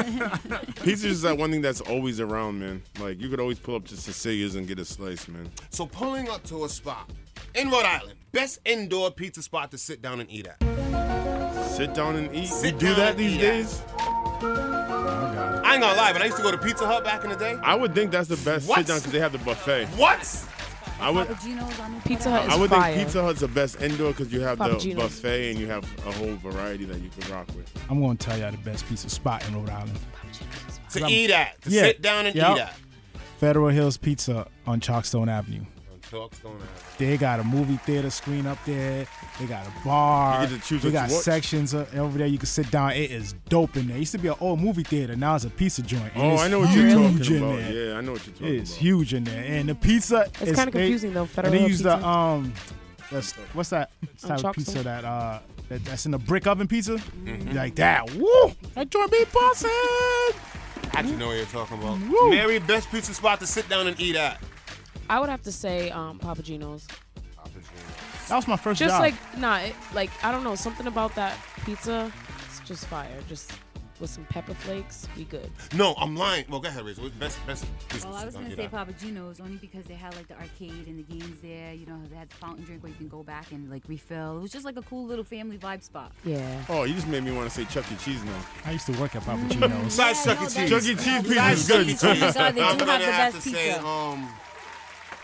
Speaker 4: <laughs>
Speaker 2: one day. Anyways,
Speaker 4: pizza's just that one thing that's always around, man. Like you could always pull up to Cecilia's and get a slice, man.
Speaker 2: so, pulling up to a spot in Rhode Island, best indoor pizza spot to sit down and eat at.
Speaker 4: Sit down and eat.
Speaker 2: Sit
Speaker 4: you do
Speaker 2: down
Speaker 4: that
Speaker 2: and
Speaker 4: these
Speaker 2: eat.
Speaker 4: days?
Speaker 2: I ain't gonna lie, but I used to go to Pizza Hut back in the day.
Speaker 4: I would think that's the best
Speaker 2: What?
Speaker 4: sit down because they have the buffet.
Speaker 2: What?
Speaker 4: I would.
Speaker 6: Gino's on the
Speaker 8: Pizza
Speaker 6: corner.
Speaker 8: Hut
Speaker 4: I would
Speaker 8: Fire.
Speaker 4: think Pizza Hut's the best indoor because you have the
Speaker 8: Papagino's.
Speaker 4: buffet and you have a whole variety that you can rock with.
Speaker 3: I'm gonna tell y'all the best pizza spot in Rhode Island.
Speaker 2: To eat at, to
Speaker 3: Yeah.
Speaker 2: sit down and
Speaker 3: Yup.
Speaker 2: eat at.
Speaker 3: Federal Hills Pizza on Chalkstone Avenue.
Speaker 2: On Chalkstone Ave.
Speaker 3: They got a movie theater screen up there. They got a bar.
Speaker 4: You get to choose
Speaker 3: they
Speaker 4: what
Speaker 3: got
Speaker 4: you watch.
Speaker 3: sections uh, over there you can sit down. It is dope in there. It used to be an old movie theater. Now it's a pizza joint. And
Speaker 4: Oh,
Speaker 3: it's
Speaker 4: I know what you're
Speaker 3: huge
Speaker 4: talking
Speaker 3: in
Speaker 4: about.
Speaker 3: there.
Speaker 4: Yeah, I know what you're talking
Speaker 3: It's
Speaker 4: about.
Speaker 3: huge in there, and the pizza.
Speaker 8: It's
Speaker 3: is-
Speaker 8: kinda
Speaker 3: they-
Speaker 8: confusing, though,
Speaker 3: And
Speaker 8: Federal
Speaker 3: they use the
Speaker 8: pizza.
Speaker 3: um, that's, what's that type of
Speaker 8: Chalk
Speaker 3: pizza
Speaker 8: Street?
Speaker 3: that uh that, that's in the brick oven pizza, like that. Woo! That joint be bussin'.
Speaker 2: I actually know what you're talking about.
Speaker 3: Woo.
Speaker 2: Mary, best pizza spot to sit down and eat at.
Speaker 8: I would have to say um, Papagino's.
Speaker 3: That was my first
Speaker 8: Just
Speaker 3: job.
Speaker 8: like nah, it, like I don't know something about that pizza. It's just fire. Just with some pepper flakes, be good.
Speaker 2: No, I'm lying. Well, go ahead, Razor. What's Best, best. pizza
Speaker 6: Well, Oh, I
Speaker 2: sit
Speaker 6: was
Speaker 2: down
Speaker 6: gonna
Speaker 2: and
Speaker 6: say
Speaker 2: eat at?
Speaker 6: Papa Gino's only because they had like the arcade and the games there. You know, they had the fountain drink where you can go back and like refill. It was just like a cool little family vibe spot.
Speaker 8: Yeah.
Speaker 4: Oh, you just made me want to say Chuck E. Cheese now.
Speaker 3: I used to work at Papa Gino's.
Speaker 2: Besides
Speaker 6: Yeah,
Speaker 2: Chuck E.
Speaker 6: no,
Speaker 2: Cheese.
Speaker 4: Chuck E. Cheese pizza <laughs>
Speaker 6: Besides
Speaker 4: is good.
Speaker 6: Chuck E. Cheese, uh, they do
Speaker 2: I'm
Speaker 6: have the
Speaker 2: gonna have
Speaker 6: best
Speaker 2: to
Speaker 6: pizza.
Speaker 2: say, um,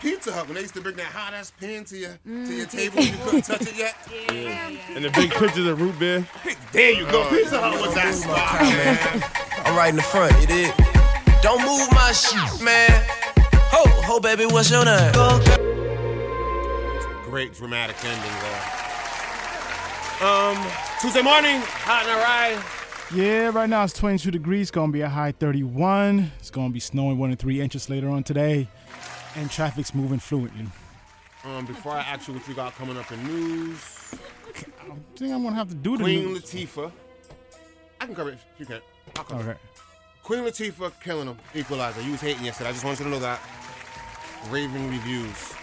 Speaker 2: Pizza Hut when they used to bring that hot ass pan to your
Speaker 4: Mm,
Speaker 2: to your table and you couldn't touch
Speaker 4: <laughs>
Speaker 2: it yet.
Speaker 4: And the big pictures of root beer.
Speaker 2: There you go. Pizza Hut was that spot, man.
Speaker 5: I'm right in the front, you dig? Don't move my shit, man. Ho, ho, baby, what's your name?
Speaker 2: Great dramatic ending there. Um, Tuesday morning, hot and dry.
Speaker 3: Yeah, right now it's 22 degrees. Gonna be a high 31. It's gonna be snowing one to three inches later on today, and traffic's moving fluently.
Speaker 2: Um, before I ask you what you got coming up in news,
Speaker 3: I think I'm gonna have to do the
Speaker 2: Queen
Speaker 3: news.
Speaker 2: Latifah. I can cover it. You can. I'll cover
Speaker 3: All right.
Speaker 2: it. Queen Latifah killing him. Equalizer. You was hating yesterday. I just want you to know that. Raving reviews.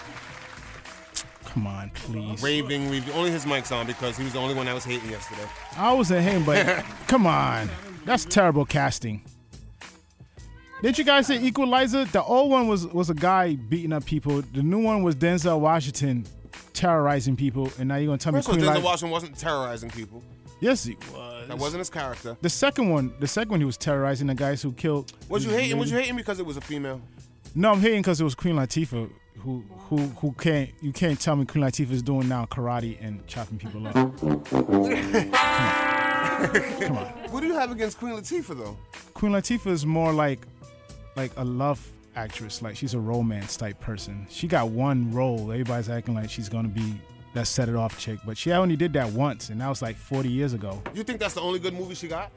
Speaker 3: Come on, please.
Speaker 2: Raving review. Only his mic's on because he was the only one that was hating yesterday.
Speaker 3: I was at
Speaker 2: <laughs>
Speaker 3: him, but come on. That's terrible casting. Did you guys say Equalizer? The old one was was a guy beating up people. The new one was Denzel Washington terrorizing people. And now you're gonna tell
Speaker 2: First
Speaker 3: me
Speaker 2: was
Speaker 3: Queen
Speaker 2: Denzel
Speaker 3: Latifah-
Speaker 2: Washington wasn't terrorizing people.
Speaker 3: Yes, he was.
Speaker 2: That wasn't his character.
Speaker 3: The second one, the second one, he was terrorizing the guys who killed.
Speaker 2: Was you
Speaker 3: this
Speaker 2: hating? Was
Speaker 3: lady.
Speaker 2: you hating because it was
Speaker 4: <laughs>
Speaker 2: a female?
Speaker 3: No, I'm hating because it was Queen Latifah who who who can't you can't tell me Queen Latifah is doing now karate and chopping people up. Come on. Come on.
Speaker 2: What do you have against Queen Latifah though?
Speaker 3: Queen Latifah is more like like a love actress. Like she's a romance type person. She got one role. Everybody's acting like she's gonna be that set it off chick, but she only did that once, and that was like 40 years ago.
Speaker 2: You think that's the only good movie she got?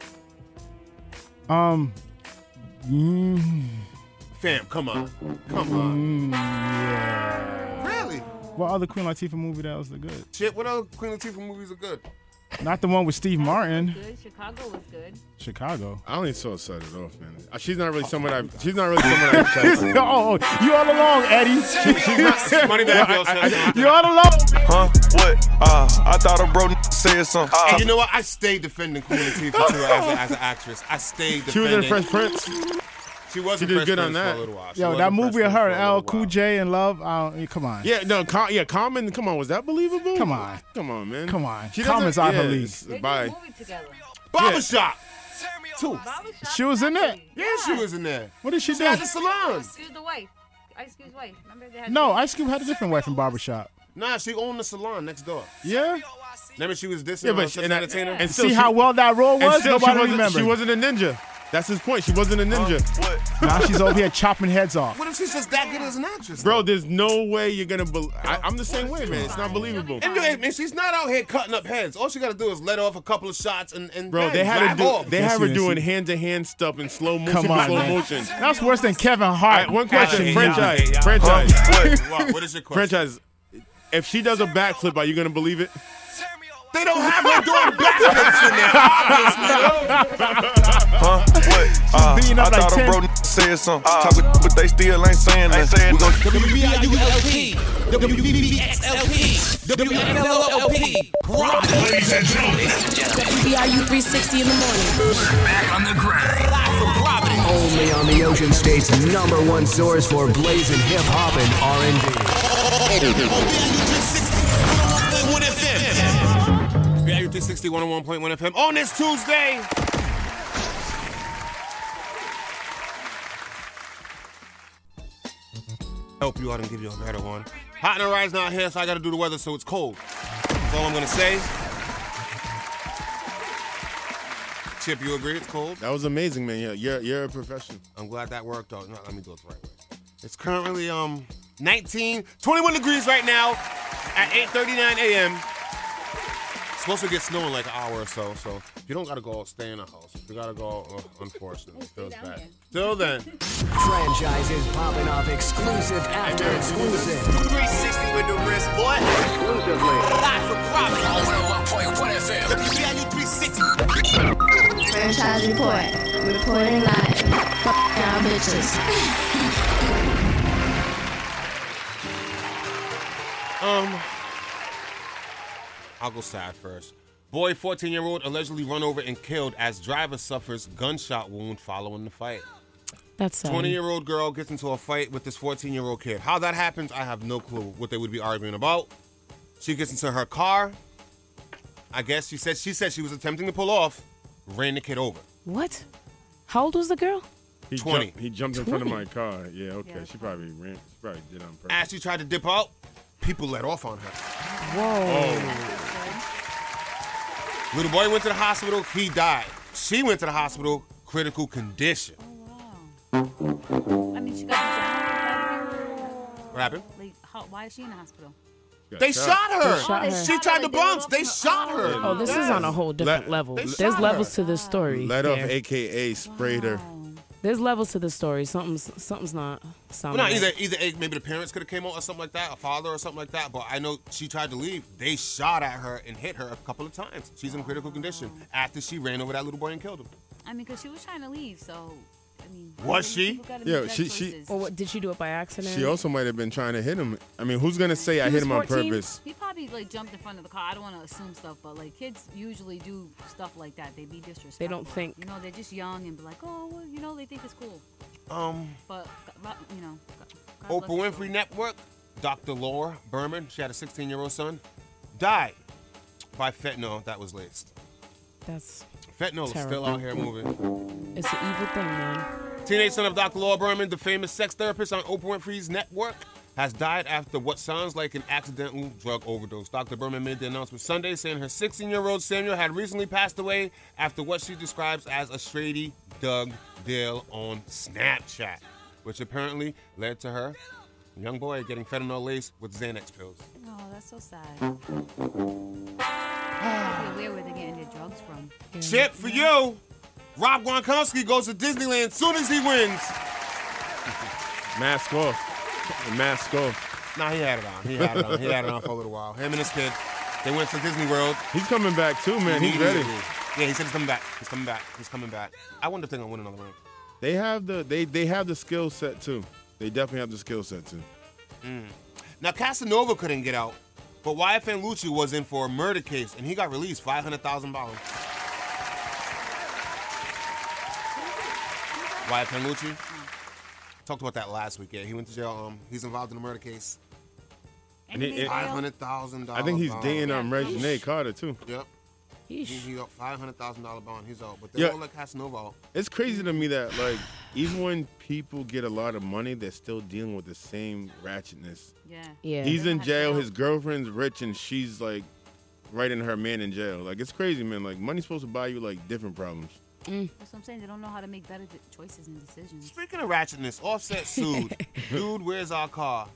Speaker 3: Um. mm,
Speaker 2: Fam, come on, come on. Really?
Speaker 3: what other Queen Latifah movie that was the good?
Speaker 2: Shit. What other Queen Latifah movies are good?
Speaker 3: Not the one with Steve Martin.
Speaker 6: Good. Chicago was good.
Speaker 3: Chicago.
Speaker 4: I only saw set it off, man. Uh, She's not really someone I. She's not really someone
Speaker 3: <laughs>
Speaker 4: I. checked
Speaker 3: oh,
Speaker 4: on.
Speaker 3: oh, you all along, Eddie.
Speaker 2: Money Bag Bill says
Speaker 3: you all along.
Speaker 10: Huh? What? Uh, I thought a bro n- said something. Uh,
Speaker 2: And you know what? I stayed defending Queen Latifah too as, a, as an actress. I stayed defending.
Speaker 4: She was in Fresh Prince.
Speaker 2: She was
Speaker 4: She
Speaker 2: in
Speaker 4: did
Speaker 2: Fresh
Speaker 4: good on
Speaker 2: Prince for
Speaker 4: that.
Speaker 2: a little while. She
Speaker 3: Yo,
Speaker 2: was
Speaker 3: that
Speaker 2: in Fresh
Speaker 3: movie of
Speaker 2: Prince for
Speaker 3: her,
Speaker 2: a
Speaker 3: L.
Speaker 2: little
Speaker 3: Cool
Speaker 2: while.
Speaker 3: J, and Love. I don't, come on.
Speaker 4: Yeah, no, com- yeah, Common. Come on, was that believable?
Speaker 3: Come on.
Speaker 4: come on, man.
Speaker 3: Come on.
Speaker 4: doesn't-
Speaker 3: Common's out her
Speaker 4: yeah,
Speaker 3: league.
Speaker 4: it's-
Speaker 6: They did a
Speaker 4: Bye.
Speaker 6: movie together.
Speaker 2: Barbershop.
Speaker 6: Two.
Speaker 3: She was in it.
Speaker 2: Yeah, she was in there.
Speaker 3: What did she do?
Speaker 2: She had the salon.
Speaker 6: Excuse the wife. Ice Cube's wife. Remember they had
Speaker 3: No, Ice Cube had a different wife in Barbershop.
Speaker 2: Nah, she owned the salon next door.
Speaker 3: Yeah.
Speaker 2: Remember she was dissing
Speaker 4: Yeah,
Speaker 2: yeah,
Speaker 4: but
Speaker 2: but
Speaker 4: she-
Speaker 2: such an
Speaker 4: and I-
Speaker 2: entertainer.
Speaker 4: and still
Speaker 3: See
Speaker 4: she-
Speaker 3: how well that role
Speaker 4: And
Speaker 3: was?
Speaker 4: still, she
Speaker 3: Nobody
Speaker 4: wasn't,
Speaker 3: remembers.
Speaker 4: she wasn't a ninja. That's his point. She wasn't a ninja.
Speaker 3: Now she's over here chopping heads off.
Speaker 2: what if she's just that good as an actress?
Speaker 4: Bro, there's no way you're gonna. Be- I, I'm the same way, man. It's not believable.
Speaker 2: And, you- and she's not out here cutting up heads. All she got to do is let off a couple of shots and and
Speaker 4: Bro, they had her
Speaker 2: drive
Speaker 4: do,
Speaker 2: off.
Speaker 4: they
Speaker 3: Yes,
Speaker 4: had her
Speaker 3: yes,
Speaker 4: doing
Speaker 3: yes.
Speaker 4: hand to hand stuff in slow motion.
Speaker 3: Come on,
Speaker 4: slow
Speaker 3: man.
Speaker 4: motion.
Speaker 3: That's worse than Kevin
Speaker 4: All
Speaker 3: Hart.
Speaker 4: right, one question.
Speaker 3: Action.
Speaker 4: Franchise, franchise,
Speaker 2: What? What- what is your question?
Speaker 4: franchise. If she does a backflip, are you gonna believe it?
Speaker 2: They don't have her doing backflips in there.
Speaker 10: huh? What? Uh,
Speaker 3: beating up
Speaker 10: I
Speaker 3: like
Speaker 10: thought a
Speaker 3: 10.
Speaker 10: bro n- said something. Talk with, but they still ain't saying nothing. we gon'
Speaker 5: WBIULP. WBBXLP. WFLLP.
Speaker 7: Ladies and gentlemen,
Speaker 9: BRU 360 in the morning.
Speaker 7: back on the grind.
Speaker 5: Live from Providence.
Speaker 1: Only on the Ocean State's number one source for blazing hip hop and R&B.
Speaker 2: Yeah, you 360 101.1 FM on this Tuesday. Help you out and give you a better one. Hot and rise not here, so I gotta do the weather, so it's cold. That's all I'm gonna say. Chip, you agree it's cold?
Speaker 4: That was amazing, man. Yeah, you're you're a professional.
Speaker 2: I'm glad that worked out. No, let me do it the right way. It's currently um 19, 21 degrees right now at 8:39 a.m. It's supposed to get snow in like an hour or so. So if you don't gotta go, stay in the house. If you gotta go, uh, unfortunately, it feels bad. Till then,
Speaker 1: Franchises popping off exclusive after exclusive.
Speaker 5: 360 with the wrist, boy. Live from Providence. 101.1 FM. WBIU 360.
Speaker 9: Franchise report. Reporting live. Fuck y'all bitches.
Speaker 2: Um, I'll go sad first. Boy, 14 year old allegedly run over and killed as driver suffers gunshot wound following the fight.
Speaker 8: That's sad.
Speaker 2: 20 year old girl gets into a fight with this 14 year old kid. How that happens, I have no clue what they would be arguing about. She gets into her car. I guess she said she said she was attempting to pull off, ran the kid over.
Speaker 8: What? How old was the girl?
Speaker 4: He
Speaker 2: 20.
Speaker 4: Jumped, he jumped in front of my
Speaker 2: 20.
Speaker 4: car. Yeah, okay. she probably ran. She probably did on purpose.
Speaker 2: As she tried to dip out, people let off on her. Little boy went to the hospital. He died. She went to the hospital, critical condition.
Speaker 6: I mean, she got.
Speaker 2: What happened?
Speaker 6: Like, how, why is she in the hospital?
Speaker 2: They shot, her.
Speaker 8: They shot her.
Speaker 2: She tried to bounce. They shot her.
Speaker 8: Oh, this is on a whole different level.
Speaker 4: they
Speaker 8: There's
Speaker 4: shot
Speaker 8: levels to this story.
Speaker 4: Let off,
Speaker 8: there.
Speaker 4: aka sprayed her.
Speaker 8: There's levels to this story. Something's something's not
Speaker 2: Well,
Speaker 8: sounding.
Speaker 2: no,
Speaker 8: right.
Speaker 2: either either eh, maybe the parents could have came out or something like that, a father or something like that. But I know she tried to leave. They shot at her and hit her a couple of times. She's in critical condition after she ran over that little boy and killed him.
Speaker 6: I mean, because she was trying to leave, so. I mean,
Speaker 2: Was she?
Speaker 4: Yeah, she she
Speaker 8: Or what, did she do it by accident?
Speaker 4: she also might have been trying to hit him. I mean, who's gonna say I
Speaker 8: He
Speaker 4: hit
Speaker 8: was
Speaker 4: him
Speaker 8: 14?
Speaker 4: on purpose?
Speaker 6: He probably like jumped in front of the car. I don't want to assume stuff, but like kids usually do stuff like that. They be disrespectful.
Speaker 8: They don't think.
Speaker 6: You know, they're just young and be like, oh, well, you know, they think it's cool.
Speaker 2: Um,
Speaker 6: But God- you know, God- God
Speaker 2: Oprah
Speaker 6: bless
Speaker 2: Winfrey Network, Dr. Laura Berman, she had a 16 year old son, died by fentanyl that was laced.
Speaker 8: That's
Speaker 2: Fentanyl is still
Speaker 8: Terrible.
Speaker 2: out here moving.
Speaker 8: it's an evil thing, man.
Speaker 2: Teenage son of Dr. Laura Berman, the famous sex therapist on Oprah Winfrey's network, has died after what sounds like an accidental drug overdose. Dr. Berman made the announcement Sunday saying her 16 year old Samuel had recently passed away after what she describes as a shady Doug deal on Snapchat, which apparently led to her, young boy, getting fentanyl laced with Xanax pills.
Speaker 6: No, that's so sad. Probably Where were they getting their drugs from?
Speaker 2: Chip for you. Rob Gronkowski goes to Disneyland soon as he wins.
Speaker 4: Mask off. The mask off.
Speaker 2: Nah, he had it on. He had it on. He had it on for a little while. Him and his kid, they went to Disney World.
Speaker 4: He's coming back too, man. He's ready.
Speaker 2: Immediately. Yeah, he said he's coming back. He's coming back. He's coming back. I wonder if they're gonna win another ring.
Speaker 4: They have the they they have the skill set too. They definitely have the skill set too.
Speaker 2: Mm. Now Casanova couldn't get out, but YFN Lucci was in for a murder case, and he got released five hundred thousand dollars. YFN Lucci talked about that last week. Yeah, he went to jail. Um, he's involved in a murder case.
Speaker 4: And he- and-
Speaker 2: Five hundred thousand dollars.
Speaker 4: I think he's dating um Regine Carter too.
Speaker 2: Yep. He's he got five hundred thousand dollar bond. He's out, but they
Speaker 4: Yeah.
Speaker 2: won't let Casanova out.
Speaker 4: It's crazy to me that like even when people get a lot of money, they're still dealing with the same ratchetness.
Speaker 6: Yeah.
Speaker 8: Yeah.
Speaker 4: He's in jail. His girlfriend's rich, and she's like writing her man in jail. Like it's crazy, man. Like money's supposed to buy you like different problems.
Speaker 8: Mm.
Speaker 6: That's what I'm saying. They don't know how to make better de- choices and decisions.
Speaker 2: Speaking of ratchetness, Offset sued. Dude, where's our car?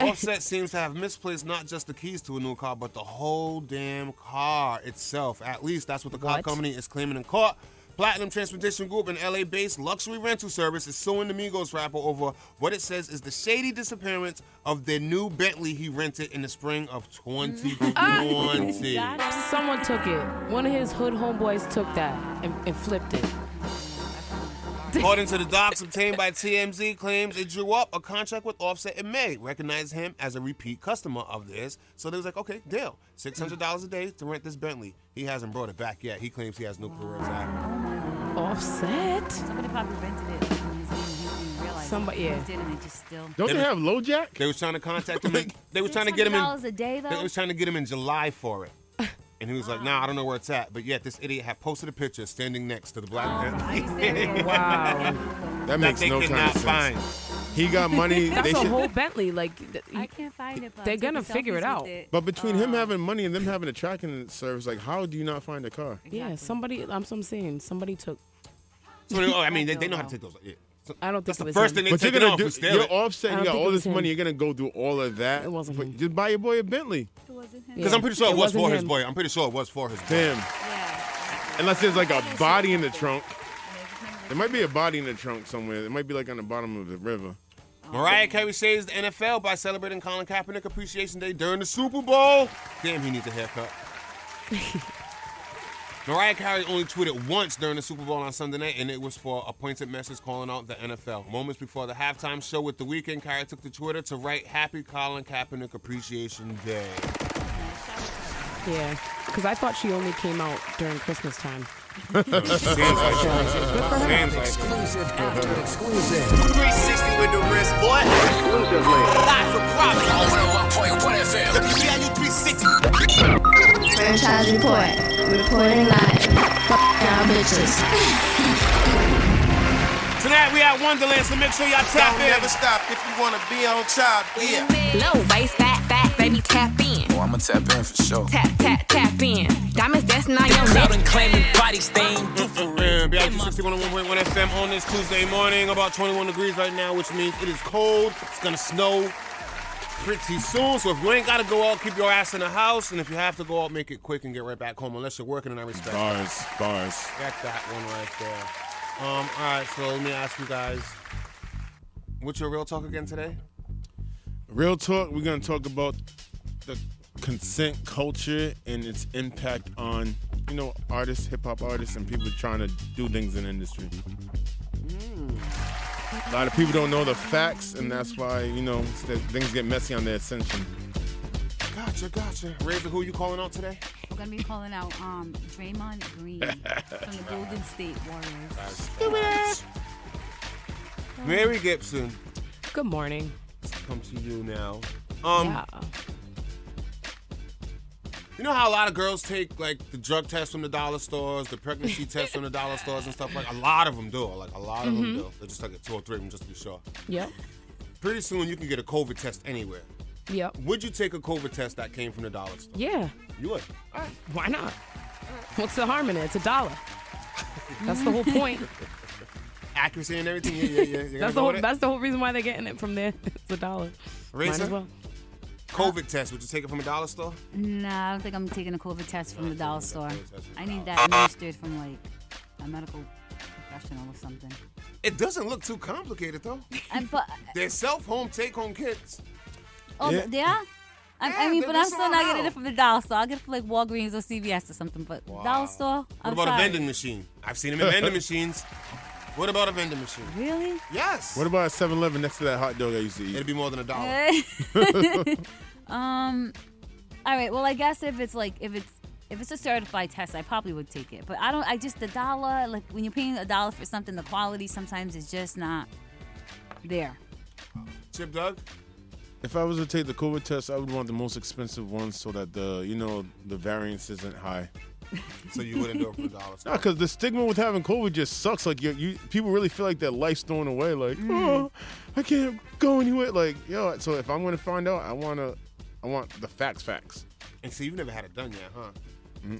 Speaker 2: Offset seems to have misplaced not just the keys to a new car, but the whole damn car itself. At least that's what the car
Speaker 11: What?
Speaker 2: company is claiming in court. Platinum Transportation Group, an LA based luxury rental service, is suing the Migos rapper over what it says is the shady disappearance of their new Bentley he rented in the spring of
Speaker 6: <laughs>
Speaker 8: Ah,
Speaker 2: 2020.
Speaker 8: Someone took it. One of his hood homeboys took that and, and flipped it.
Speaker 2: According to the docs obtained by TMZ, claims it drew up a contract with Offset in May, recognized him as a repeat customer of theirs. So they was like, okay, deal. $600 a day to rent this Bentley. He hasn't brought it back yet. He claims he has no career act.
Speaker 8: Offset.
Speaker 6: Somebody probably rented it. and his name, he didn't realize it.
Speaker 8: Somebody-
Speaker 6: He
Speaker 8: yeah.
Speaker 6: was in and it just still.
Speaker 4: Don't they have low jack?
Speaker 2: They was trying to contact him. in- they was trying to get him
Speaker 6: $600 <laughs>
Speaker 2: in.
Speaker 6: a day, though?
Speaker 2: They was trying to get him in July for it. And he was like, nah, I don't know where it's at. But yet, this idiot had posted a picture standing next to the black Bentley.
Speaker 6: <laughs>
Speaker 8: Wow.
Speaker 4: That makes
Speaker 2: they
Speaker 4: no
Speaker 2: could
Speaker 4: kind of
Speaker 2: not
Speaker 4: sense.
Speaker 2: find.
Speaker 4: He got money.
Speaker 8: <laughs> That's
Speaker 4: they
Speaker 8: a
Speaker 4: should,
Speaker 8: whole Bentley. Like th-
Speaker 6: I can't find it. but
Speaker 8: they're
Speaker 6: I'm
Speaker 8: gonna
Speaker 6: taking
Speaker 8: figure it
Speaker 6: selfies
Speaker 8: out.
Speaker 6: with it.
Speaker 4: but between him having money and them having a tracking service, like how do you not find a car?
Speaker 8: yeah, somebody. I'm, so I'm saying
Speaker 6: <laughs>
Speaker 8: somebody took.
Speaker 2: So they- oh, I mean, they, they know how to take those. Yeah. So
Speaker 8: I don't
Speaker 2: that's
Speaker 8: think it
Speaker 2: the
Speaker 8: was
Speaker 2: first thing
Speaker 8: him.
Speaker 2: they
Speaker 4: But you're
Speaker 2: take
Speaker 4: gonna
Speaker 2: off.
Speaker 4: do.
Speaker 2: is steal
Speaker 4: You're
Speaker 2: it.
Speaker 4: offset.
Speaker 8: I
Speaker 4: You
Speaker 8: don't
Speaker 4: got
Speaker 8: think
Speaker 4: all
Speaker 8: it
Speaker 4: this
Speaker 8: was
Speaker 4: money. You're
Speaker 8: him.
Speaker 4: gonna go do all of that. It wasn't. Just buy your boy a Bentley.
Speaker 2: Because I'm pretty sure it
Speaker 4: It
Speaker 2: was for
Speaker 4: wasn't
Speaker 2: his
Speaker 4: him.
Speaker 2: boy. I'm pretty sure it was for his boy.
Speaker 4: Damn. Unless there's like a body in the trunk. There might be a body in the trunk somewhere. It might be like on the bottom of the river.
Speaker 2: Mariah Carey saves the NFL by celebrating Colin Kaepernick Appreciation Day during the Super Bowl. Damn, he needs a haircut. Mariah Carey only tweeted once during the Super Bowl on Sunday night, and it was for a pointed message calling out the NFL. Moments before the halftime show with The Weeknd, Carey took to Twitter to write Happy Colin Kaepernick Appreciation Day.
Speaker 8: Yeah, because I thought she only came out during
Speaker 2: <laughs>
Speaker 8: Christmas time.
Speaker 1: Exclusive after exclusive.
Speaker 5: 360 with the wrist, boy. Exclusively. Live for profit on 101.1 FM. BIU 360.
Speaker 9: Franchise Report. Reporting live. Fuck y'all bitches.
Speaker 11: Tonight we at Wonderland, so make sure y'all tap
Speaker 5: Don't
Speaker 11: in.
Speaker 5: never
Speaker 11: stop if you wanna be on top. Yeah.
Speaker 12: Low waist, fat, fat, baby, tap in.
Speaker 13: Oh, I'ma tap in for sure.
Speaker 12: Tap, tap, tap in. Diamonds dancing on your
Speaker 13: Out
Speaker 12: neck.
Speaker 13: and claiming bodies, they ain't do for
Speaker 2: real. BIG 61 1.1 FM on this Tuesday morning, about 21 degrees right now, which means it is cold. It's gonna snow pretty soon. So if you ain't gotta go out, keep your ass in the house. And if you have to go out, make it quick and get right back home, unless you're working and I respect that.
Speaker 4: Bars, bars.
Speaker 2: Got that one right there. Um, all right, so let me ask you guys, what's your real talk again today?
Speaker 4: Real talk, we're gonna talk about the consent culture and its impact on, you know, artists, hip hop artists, and people trying to do things in the industry.
Speaker 2: Hmm.
Speaker 4: A lot of people don't know the facts, and that's why, you know, it's that things get messy on the ascension.
Speaker 2: Gotcha, gotcha. Razor, who you calling out today?
Speaker 6: We're gonna be calling out um, Draymond Green from the
Speaker 4: <laughs>
Speaker 6: Golden State Warriors.
Speaker 2: Mary Gibson.
Speaker 8: Good morning.
Speaker 2: Come to you now. Um, You know how a lot of girls take like the drug test from the dollar stores, the
Speaker 8: <laughs>
Speaker 2: pregnancy test from the dollar stores, and stuff like. A lot of them do. Like a lot of them
Speaker 8: Mhm.
Speaker 2: do. They just like two or three of them just to be sure.
Speaker 8: Yep.
Speaker 2: Pretty soon you can get a COVID test anywhere.
Speaker 8: Yep.
Speaker 2: Would you take a COVID test that came from the dollar store?
Speaker 8: Yeah.
Speaker 2: You would.
Speaker 8: Uh, Why not? What's the harm in it? It's a dollar. That's the whole point.
Speaker 2: <laughs> Accuracy and everything. Yeah, yeah, yeah. You're gonna
Speaker 8: that's
Speaker 2: go
Speaker 8: the whole.
Speaker 2: with it?
Speaker 8: That's the whole reason why they're getting it from there. <laughs> It's a dollar. Might
Speaker 2: Razor?
Speaker 8: as well.
Speaker 2: COVID test. Would you take it from a dollar store?
Speaker 6: Nah, I don't think I'm taking a COVID test from the dollar store. I need that
Speaker 2: dollar.
Speaker 6: administered from like a medical professional or something.
Speaker 2: It doesn't look too complicated though.
Speaker 6: <laughs> And, but uh,
Speaker 2: They're self-home take-home kits.
Speaker 6: oh
Speaker 2: Yeah.
Speaker 6: yeah, I, I
Speaker 2: Yeah,
Speaker 6: mean,
Speaker 2: they-
Speaker 6: but
Speaker 2: they
Speaker 6: I'm
Speaker 2: sell
Speaker 6: still not
Speaker 2: now.
Speaker 6: getting it from the dollar store. I'll get it from like Walgreens or CVS or something. But dollar store,
Speaker 2: What
Speaker 6: I'm
Speaker 2: about
Speaker 6: sorry.
Speaker 2: a vending machine? I've seen them in
Speaker 4: <laughs>
Speaker 2: vending machines. What about a vending machine?
Speaker 6: Really?
Speaker 2: Yes.
Speaker 4: What about 7 Eleven next to that hot dog I used to eat? It'd
Speaker 2: be more than a dollar.
Speaker 6: <laughs> <laughs> um, all right. Well, I guess if it's like if it's if it's a certified test, I probably would take it. But I don't. I just the dollar. Like when you're paying a dollar for something, the quality sometimes is just not there.
Speaker 2: Chip Doug?
Speaker 4: If I was to take the COVID test, I would want the most expensive one so that the you know the variance isn't high.
Speaker 2: So you wouldn't do it from a
Speaker 4: <laughs>
Speaker 2: dollar store?
Speaker 4: No, because the stigma with having COVID just sucks. Like you, you people really feel like their life's thrown away. Like,
Speaker 6: Mm.
Speaker 4: oh, I can't go anywhere. Like, yo. So if I'm gonna find out, I wanna, I want the facts, facts.
Speaker 2: And so you've never had it done yet, huh?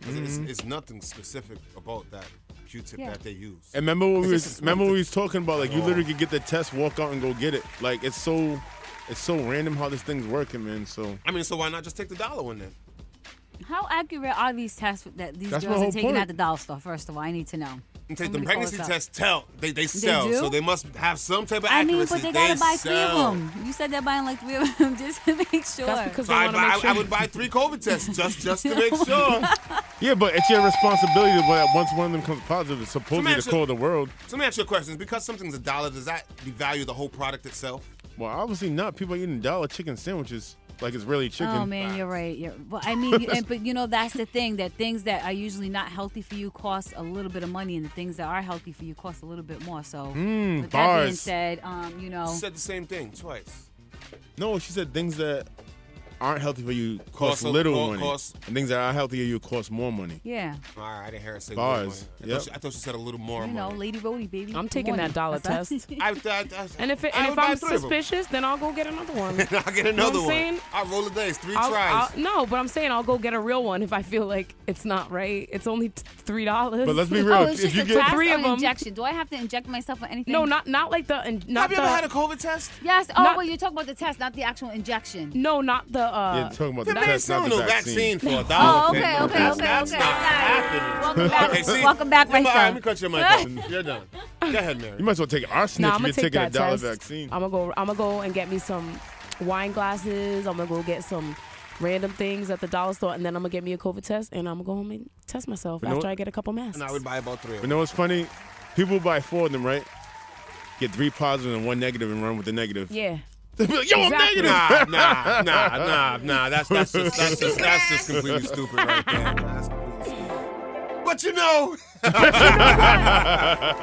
Speaker 2: 'Cause It's,
Speaker 4: Mm-mm.
Speaker 2: it's nothing specific about that Q-tip
Speaker 4: Yeah.
Speaker 2: that they use.
Speaker 4: And remember what we
Speaker 2: It's
Speaker 4: was,
Speaker 2: just this one
Speaker 4: remember what
Speaker 2: thing.
Speaker 4: we was talking about? Like, you
Speaker 2: Oh.
Speaker 4: literally could get the test, walk out, and go get it. Like, it's so, it's so random how this thing's working, man. So
Speaker 2: I mean, so why not just take the dollar one then?
Speaker 6: How accurate are these tests that these
Speaker 4: That's my
Speaker 6: girls
Speaker 4: whole
Speaker 6: are taking
Speaker 4: point.
Speaker 6: at the dollar store? First of all, I need to know.
Speaker 2: And take
Speaker 6: I'm
Speaker 2: the
Speaker 6: gonna call
Speaker 2: pregnancy
Speaker 6: this up.
Speaker 2: test. Tell they they
Speaker 6: Oh They
Speaker 2: sell,
Speaker 6: do?
Speaker 2: so they must have some type of
Speaker 6: I mean,
Speaker 2: accuracy.
Speaker 6: but they gotta buy three of
Speaker 2: sell.
Speaker 6: them. You said they're buying like three of them <laughs> just to make sure.
Speaker 2: So I, buy, I- I would buy three COVID tests just just to
Speaker 8: <laughs>
Speaker 2: make sure.
Speaker 4: yeah, but it's your responsibility. But once one of them comes positive, it's supposed
Speaker 2: Some
Speaker 4: to call the
Speaker 2: actual-
Speaker 4: world.
Speaker 2: So let me ask you a question: Because something's a dollar, does that devalue the whole product itself?
Speaker 4: Well, obviously not. People are eating dollar chicken sandwiches like it's really chicken.
Speaker 6: Oh man, you're right. You're, well, I mean, and, but you know that's the thing that things that are usually not healthy for you cost a little bit of money, and the things that are healthy for you cost a little bit more. So,
Speaker 4: Mm,
Speaker 6: with that being
Speaker 4: bars.
Speaker 6: said, um, you know,
Speaker 2: She said the same thing twice.
Speaker 4: No, she said things that aren't healthy for you cost,
Speaker 2: Cost a-
Speaker 4: little
Speaker 2: co-
Speaker 4: money,
Speaker 2: cost-
Speaker 4: and things that are healthy for you cost more money.
Speaker 6: yeah,
Speaker 2: All right, I didn't hear her say
Speaker 4: Bars,
Speaker 2: Little money. I,
Speaker 4: yep.
Speaker 2: thought she, <laughs> I thought she said a little more
Speaker 8: <laughs>
Speaker 6: you
Speaker 2: money.
Speaker 6: know, Lady Roadie, baby.
Speaker 8: I'm
Speaker 6: good
Speaker 8: taking that
Speaker 6: morning.
Speaker 8: dollar
Speaker 6: That's all.
Speaker 8: test.
Speaker 2: and
Speaker 8: if it,
Speaker 2: I
Speaker 8: and
Speaker 2: would
Speaker 8: if
Speaker 2: buy
Speaker 8: I'm
Speaker 2: three of 'em.
Speaker 8: suspicious, then I'll go get
Speaker 2: <laughs>
Speaker 8: another one.
Speaker 2: I'll get
Speaker 8: You know what
Speaker 2: another
Speaker 8: I'm saying?
Speaker 2: one. I roll the dice, 3
Speaker 8: I'll-
Speaker 2: tries.
Speaker 8: I'll- no, but I'm saying I'll go get a real one if I feel like it's not right. It's only t- three dollars.
Speaker 4: But let's
Speaker 6: <laughs>
Speaker 8: <laughs>
Speaker 4: be real,
Speaker 6: Oh, it's just a
Speaker 8: For
Speaker 6: test
Speaker 8: three
Speaker 6: or
Speaker 8: of
Speaker 6: an
Speaker 8: them,
Speaker 6: injection. Do I have to inject myself or anything?
Speaker 8: no, not
Speaker 2: <laughs>
Speaker 8: not like the. in- Not
Speaker 6: Have you ever
Speaker 8: the-
Speaker 6: had a
Speaker 2: COVID test?
Speaker 6: Yes. Oh,
Speaker 8: Not-
Speaker 6: well, you're talking about the test, not the actual injection.
Speaker 8: No, not the. Uh,
Speaker 4: You're talking about the
Speaker 8: that-
Speaker 4: test, not the
Speaker 2: no
Speaker 4: vaccine.
Speaker 2: vaccine. for
Speaker 4: <laughs>
Speaker 2: a
Speaker 6: Oh,
Speaker 2: dollar.
Speaker 6: okay,
Speaker 2: fam.
Speaker 6: okay,
Speaker 2: That's
Speaker 6: okay,
Speaker 2: not-
Speaker 6: okay. Welcome
Speaker 2: back.
Speaker 6: back.
Speaker 2: Okay, see?
Speaker 6: Welcome back,
Speaker 2: Come
Speaker 6: my
Speaker 2: on,
Speaker 6: son.
Speaker 2: let me cut your mic off. You're done. Go ahead, Mary.
Speaker 4: You might as well take arsenic
Speaker 8: Nah, I'm
Speaker 4: if
Speaker 8: gonna
Speaker 4: you're
Speaker 8: take
Speaker 4: taking a
Speaker 8: that
Speaker 4: dollar
Speaker 8: test.
Speaker 4: vaccine.
Speaker 8: I'm gonna go. I'm gonna go and get me some wine glasses. I'm gonna go get some random things at the dollar store, and then I'm gonna get me a COVID test, and I'm gonna go home and test myself
Speaker 4: You know
Speaker 8: after
Speaker 4: what?
Speaker 8: I get a couple masks.
Speaker 2: And I would buy about three of
Speaker 4: You
Speaker 2: them.
Speaker 4: know what's funny? People buy four of them, right? Get three positive and one negative, and run with the negative.
Speaker 2: <laughs>
Speaker 8: Yeah.
Speaker 4: They'll be like, yo,
Speaker 8: Exactly.
Speaker 4: I'm negative.
Speaker 2: Nah, nah, nah, nah, nah. That's that's just that's
Speaker 8: <laughs>
Speaker 2: just that's just completely stupid right there. <laughs> That's completely stupid. But you know. <laughs>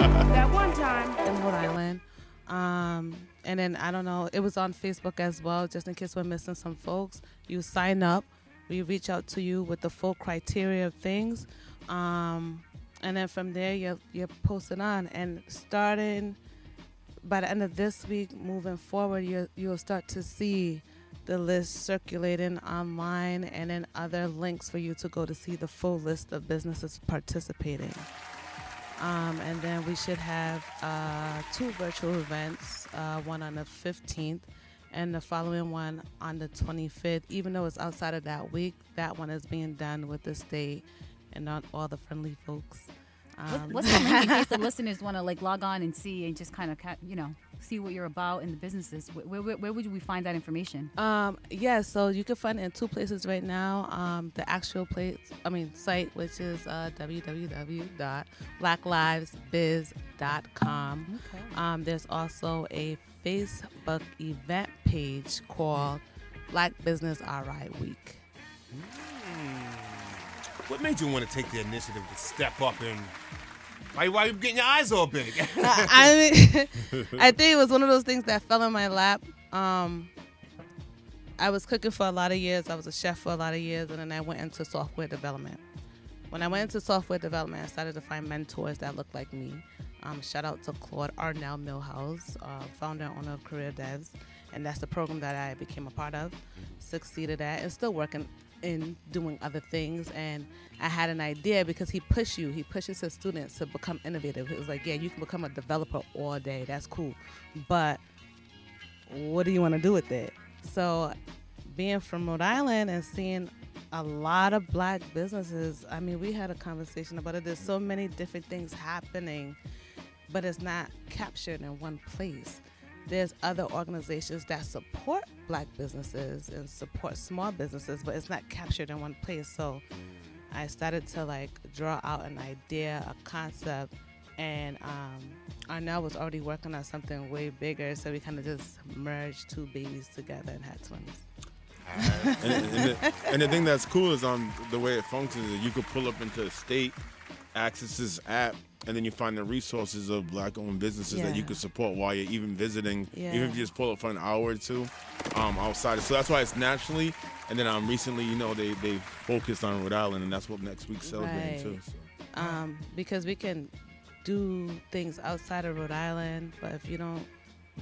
Speaker 14: that one time in Rhode Island. Um, and then I don't know, it was on Facebook as well, just in case we're missing some folks. You sign up, we reach out to you with the full criteria of things. Um, and then from there, you're, you're posting on. And starting by the end of this week, moving forward, you you'll start to see the list circulating online and in other links for you to go to see the full list of businesses participating. Um, and then we should have uh, two virtual events, uh, one on the 15th and the following one on the 25th. Even though it's outside of that week, that one is being done with the state and not all the friendly folks.
Speaker 6: What-
Speaker 14: Um,
Speaker 6: What's the link
Speaker 14: <laughs>
Speaker 6: in case the listeners want to like log on and see and just kind of you know see what you're about and the businesses? Wh- Where, where, where would we find that information?
Speaker 14: Um, yeah, so you can find it in two places right now. Um, the actual place, I mean, site, which is uh, www.blacklivesbiz.com. Um, there's also a Facebook event page called Black Business All Right Week.
Speaker 2: What made you want to take the initiative to step up and why why you getting your eyes all
Speaker 8: <laughs>
Speaker 2: big? <laughs>
Speaker 14: I mean, <laughs> I think it was one of those things that fell in my lap. Um, I was cooking for a lot of years. I was a chef for a lot of years, and then I went into software development. When I went into software development, I started to find mentors that looked like me. Um, shout out to Claude Arnell Millhouse, uh, founder and owner of Career Devs, and that's the program that I became a part of, succeeded at, and still working in doing other things. And I had an idea because he pushed you. He pushes his students to become innovative. He was like, "Yeah, you can become a developer all day. That's cool, but what do you want to do with it? So, being from Rhode Island and seeing a lot of black businesses, I mean, we had a conversation about it. There's so many different things happening, but it's not captured in one place. There's other organizations that support black businesses and support small businesses, but it's not captured in one place. So, I started to like draw out an idea, a concept, and um, Arnell was already working on something way bigger. So we kind of just merged two babies together and had twins.
Speaker 4: and, and the, and the thing that's cool is um the way it functions is you could pull up into a state, access this app, and then you find the resources of black-owned businesses that you
Speaker 15: Yeah.
Speaker 4: could support while you're even visiting,
Speaker 15: Yeah.
Speaker 4: even if you just pull up for an hour or two, um outside. So that's why it's naturally. And then um recently, you know, they they focused on Rhode Island, and that's what next week's celebrating
Speaker 14: Right.
Speaker 4: too. So.
Speaker 14: Um, because we can do things outside of Rhode Island, but if you don't,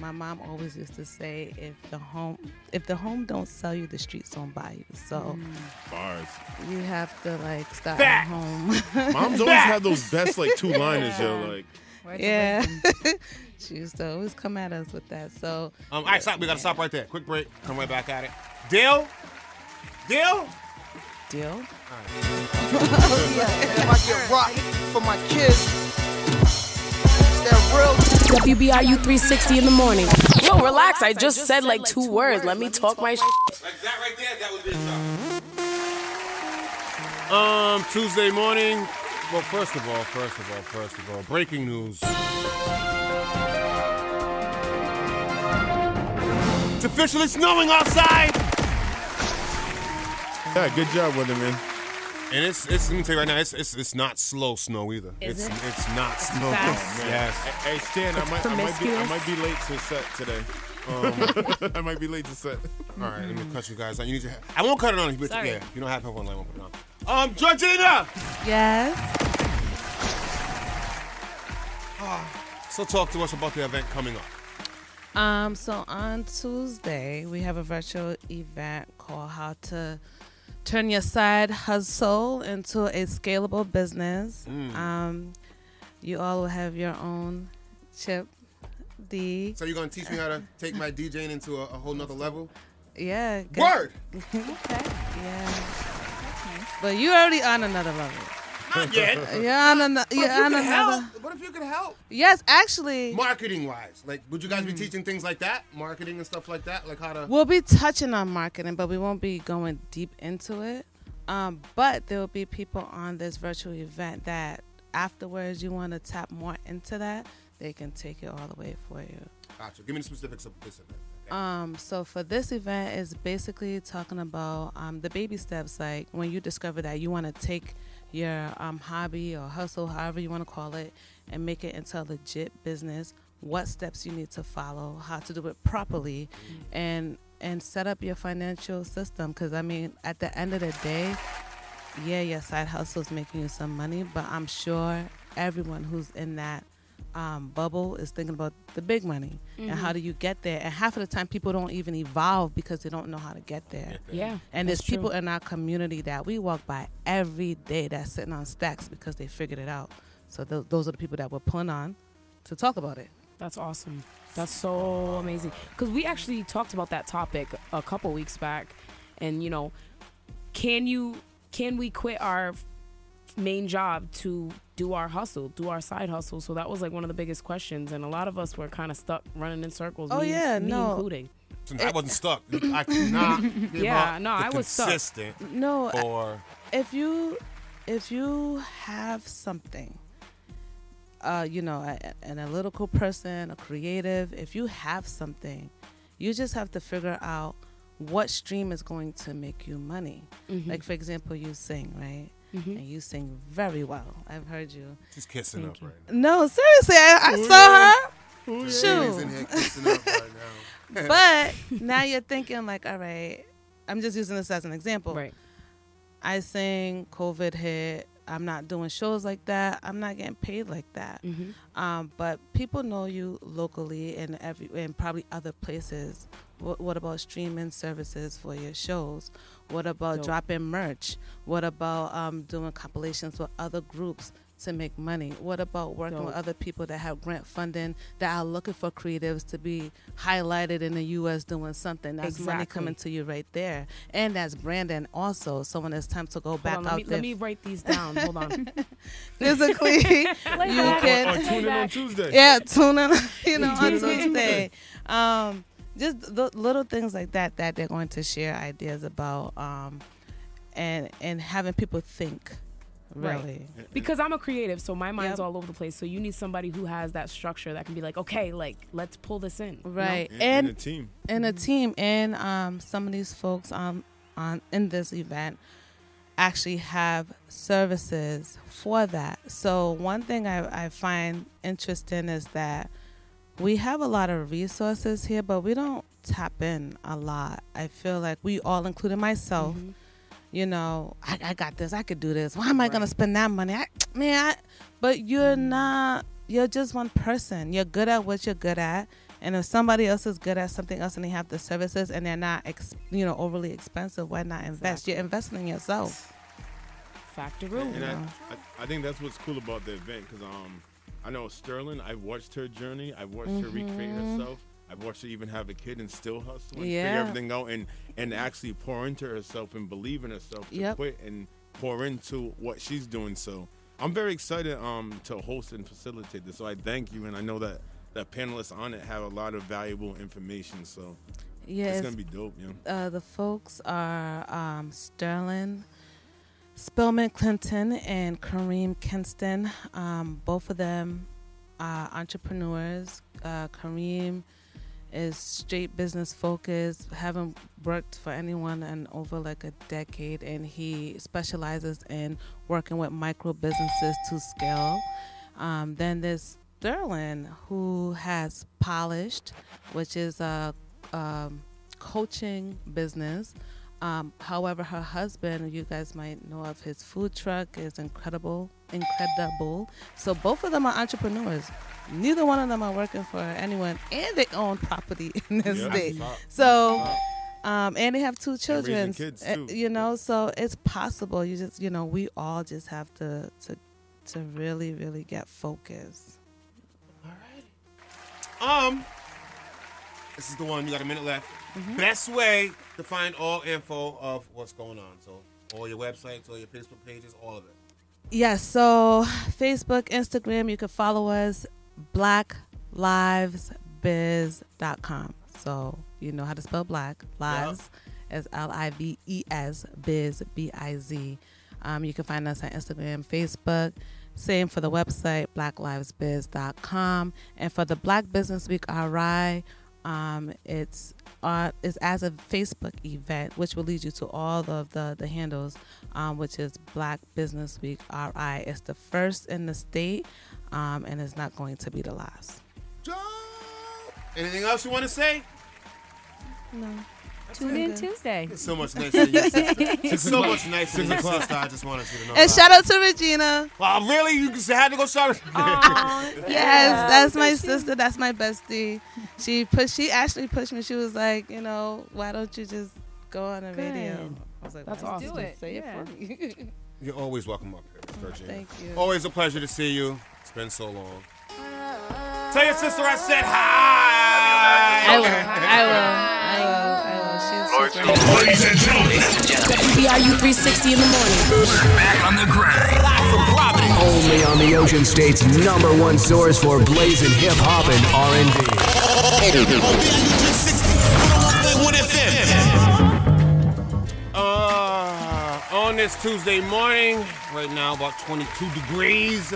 Speaker 14: my mom always used to say, if the home if the home don't sell you, the streets don't buy you. So
Speaker 4: Mm. Bars.
Speaker 14: you have to like start
Speaker 4: Facts.
Speaker 14: at home.
Speaker 4: Moms always
Speaker 14: <laughs>
Speaker 4: have those best like two liners, yo. Like
Speaker 2: Words of
Speaker 14: yeah. <laughs> she used to always come at us with that. So
Speaker 2: Um, all right, stop. We gotta stop right there. Quick break. Come right back at it. Deal. Deal.
Speaker 14: Deal.
Speaker 16: I get rocked for my kids. They're real.
Speaker 8: WBRU 360 in the morning. Yo, relax. I just said like two words. Let me talk my sh-
Speaker 2: Um, Tuesday morning. Well, first of all, first of all, first of all, breaking news. It's officially snowing outside.
Speaker 4: Yeah, good job, weatherman.
Speaker 2: And it's it's let me tell you right now, it's it's, it's not slow snow either.
Speaker 4: Is
Speaker 2: it's
Speaker 4: it?
Speaker 2: it's not
Speaker 4: It's
Speaker 2: slow.
Speaker 4: fast.
Speaker 2: Yes.
Speaker 4: Hey, Stan, I might, I might be, I might be late to set today. <laughs> Um, I might be late to set.
Speaker 2: All right, let me cut you guys on. You need to. I won't cut it on you, but
Speaker 4: Sorry.
Speaker 2: yeah, you don't have headphone line. I won't put it on. Um, Georgina.
Speaker 14: Yes.
Speaker 2: So talk to us about the event coming up.
Speaker 14: Um, so on Tuesday, we have a virtual event called How to Turn Your Side Hustle into a Scalable Business.
Speaker 2: Mm.
Speaker 14: Um, you all will have your own chip D.
Speaker 2: So you're gonna teach me how to take my DJing into a, a whole nother level?
Speaker 14: Yeah.
Speaker 4: <laughs>
Speaker 14: good.
Speaker 2: Word.
Speaker 14: okay. Yeah. But you already on another level.
Speaker 2: Not yet.
Speaker 14: You're on, ano-
Speaker 2: But if
Speaker 14: you're
Speaker 2: you
Speaker 14: on
Speaker 2: could
Speaker 14: another.
Speaker 2: help- What if you could help?
Speaker 14: Yes, actually. Hmm.
Speaker 2: Marketing wise, like, would you guys be teaching things like that, marketing and stuff like that, like how to?
Speaker 14: We'll be touching on marketing, but we won't be going deep into it. Um, but there will be people on this virtual event that afterwards you want to tap more into that, they can take it all the way for you.
Speaker 2: Gotcha. Give me the specifics of this event.
Speaker 14: Um, so for this event is basically talking about um, the baby steps, like when you discover that you want to take your um, hobby or hustle, however you want to call it, and make it into a legit business. What steps you need to follow, how to do it properly, and and set up your financial system. Because I mean, at the end of the day, yeah, your side hustle is making you some money, but I'm sure everyone who's in that um, bubble is thinking about the big money and how
Speaker 8: Mhm.
Speaker 14: do you get there. And half of the time, people don't even evolve because they don't know how to get there.
Speaker 8: there. Yeah,
Speaker 14: and
Speaker 8: that's
Speaker 14: there's people
Speaker 8: true.
Speaker 14: in our community that we walk by every day that's sitting on stacks because they figured it out. So th- those are the people that we're pulling on to talk about it.
Speaker 8: That's awesome. That's so amazing. Because we actually talked about that topic a couple weeks back, and you know, can you can we quit our f- main job to do our hustle, do our side hustle? So that was like one of the biggest questions, and a lot of us were kind of stuck running in circles.
Speaker 14: Oh,
Speaker 8: me,
Speaker 14: yeah,
Speaker 8: me
Speaker 14: no.
Speaker 8: including.
Speaker 14: Eh.
Speaker 2: Since I wasn't stuck. I could <laughs>
Speaker 14: <laughs>
Speaker 2: not give
Speaker 8: Yeah,
Speaker 2: up
Speaker 8: no,
Speaker 2: the
Speaker 8: I was stuck.
Speaker 2: consistent
Speaker 14: No, I-
Speaker 2: Or
Speaker 14: if you if you have something uh you know a, a- an analytical person a creative if you have something you just have to figure out what stream is going to make you money
Speaker 8: Mhm.
Speaker 14: like for example you sing right
Speaker 8: Mm-hmm.
Speaker 14: and you sing very well i've heard you
Speaker 2: she's kissing up right
Speaker 14: Eh, no seriously i, I
Speaker 2: Oh,
Speaker 14: saw
Speaker 2: yeah.
Speaker 14: her
Speaker 2: Oh, yeah.
Speaker 14: Shoot.
Speaker 2: She's in here kissing up right
Speaker 8: <laughs>
Speaker 2: now.
Speaker 14: <laughs> but now you're thinking like all right i'm just using this as an example right I sing, COVID hit. I'm not doing shows like that. I'm not getting paid like that. Um, but people know you locally and every and probably other places. What, what about streaming services for your shows? What about
Speaker 8: Dope.
Speaker 14: dropping merch? What about um, doing compilations with other groups to make money? What about working with
Speaker 8: Dope.
Speaker 14: other people that have grant funding that are looking for creatives to be highlighted in the U.S. doing something? That's money
Speaker 8: Exactly.
Speaker 14: coming to you right there, and that's branding also. So when it's time to go back
Speaker 8: Hold on,
Speaker 14: out
Speaker 8: let, me,
Speaker 14: there
Speaker 8: let <laughs> me write these down. Hold on.
Speaker 14: <laughs> physically, you can
Speaker 8: Tuesday.
Speaker 14: Yeah, tune in. <laughs> You know, on
Speaker 8: Tune in on
Speaker 14: Tuesday. Um, just th- little things like that that they're going to share ideas about, um, and and having people think, really.
Speaker 8: Right. Because I'm a creative, so my mind's
Speaker 14: Yep.
Speaker 8: all over the place. So you need somebody who has that structure that can be like, okay, like let's pull this in. you know?
Speaker 14: right and a team and um, some of these folks um, on in this event actually have services for that so one thing I, I find interesting is that we have a lot of resources here but we don't tap in a lot i feel like we all including myself you know I, I got this i could do this why am i gonna spend that money I, man I, but you're
Speaker 4: Mm.
Speaker 14: not you're just one person you're good at what you're good at and if somebody else is good at something else and they have the services and they're not ex, you know overly expensive why not invest you're investing in yourself
Speaker 8: factor
Speaker 4: And I, I, I think that's what's cool about the event because um, I know Sterling. I've watched her journey. I've watched her recreate
Speaker 14: Mhm.
Speaker 4: herself. I've watched her even have a kid and still hustle and figure
Speaker 14: Yeah.
Speaker 4: everything out and and actually pour into herself and believe in herself to
Speaker 14: Yep.
Speaker 4: quit and pour into what she's doing. So I'm very excited um to host and facilitate this. So I thank you and I know that the panelists on it have a lot of valuable information. So
Speaker 14: Yeah,
Speaker 4: it's
Speaker 14: it's-
Speaker 4: gonna be dope. You know?
Speaker 14: uh, the folks are um, Sterling Spellman Clinton and Kareem Kinston. Um, both of them are entrepreneurs. Uh, Kareem is straight business focused, haven't worked for anyone in over like a decade, and he specializes in working with micro businesses to scale. Um, then there's Sterling, who has Polished, which is a um, coaching business. Um, however, her husband, you guys might know of his food truck, is incredible, incredible. So both of them are entrepreneurs. Neither one of them are working for anyone, and they own property <laughs> in this
Speaker 8: Yeah.
Speaker 14: state.
Speaker 8: That's up.
Speaker 14: So,
Speaker 8: That's
Speaker 14: um, and they have two children.
Speaker 8: raising kids,
Speaker 14: uh,
Speaker 8: too.
Speaker 14: You know, so it's possible. You just, you know, we all just have to to to really, really get focused.
Speaker 2: Um, this is the one. You got a minute left.
Speaker 14: Mm-hmm.
Speaker 2: Best way to find all info of what's going on. So all your websites, all your Facebook pages, all of it.
Speaker 14: Yes, so Facebook, Instagram, you can follow us, blacklivesbiz.com. So you know how to spell black. Lives is L I V E S, biz, B I Z. Um, you can find us on Instagram, Facebook. Same for the website, blacklivesbiz.com. And for the Black Business Week RI, um, it's uh, it's as a Facebook event, which will lead you to all of the the handles, um, which is Black Business Week RI. It's the first in the state, um, and it's not going to be the last.
Speaker 2: Anything else you want to say?
Speaker 14: No.
Speaker 6: Tune in Tuesday.
Speaker 2: It's so much nicer. than your sister. It's so much nicer. than your
Speaker 14: Six o'clock.
Speaker 2: sister. I just wanted you to know.
Speaker 14: And
Speaker 2: that.
Speaker 14: shout out to Regina.
Speaker 2: Wow, Uh, really? You just had to go shout out.
Speaker 6: Uh,
Speaker 14: <laughs> Yes, that's my sister. That's my bestie. She pushed. She actually pushed me. She was like, you know, why don't you just go on the radio?
Speaker 8: Good.
Speaker 14: I was like,
Speaker 8: That's
Speaker 14: "Why don't you
Speaker 8: awesome.
Speaker 14: just Say
Speaker 8: Yeah.
Speaker 14: it for me. <laughs>
Speaker 2: You're always welcome up here, Virginia.
Speaker 14: Oh, thank you.
Speaker 2: Always a pleasure to see you. It's been so long. <laughs> Tell your sister I said hi.
Speaker 5: I will. I
Speaker 14: will.
Speaker 5: I will. I will. Ladies and gentlemen.
Speaker 9: BRU 360 in the morning.
Speaker 1: Back on the grind. Only on the Ocean State's number one source for blazing hip hop and R&B.
Speaker 2: Uh, on this Tuesday morning, right now about 22 degrees.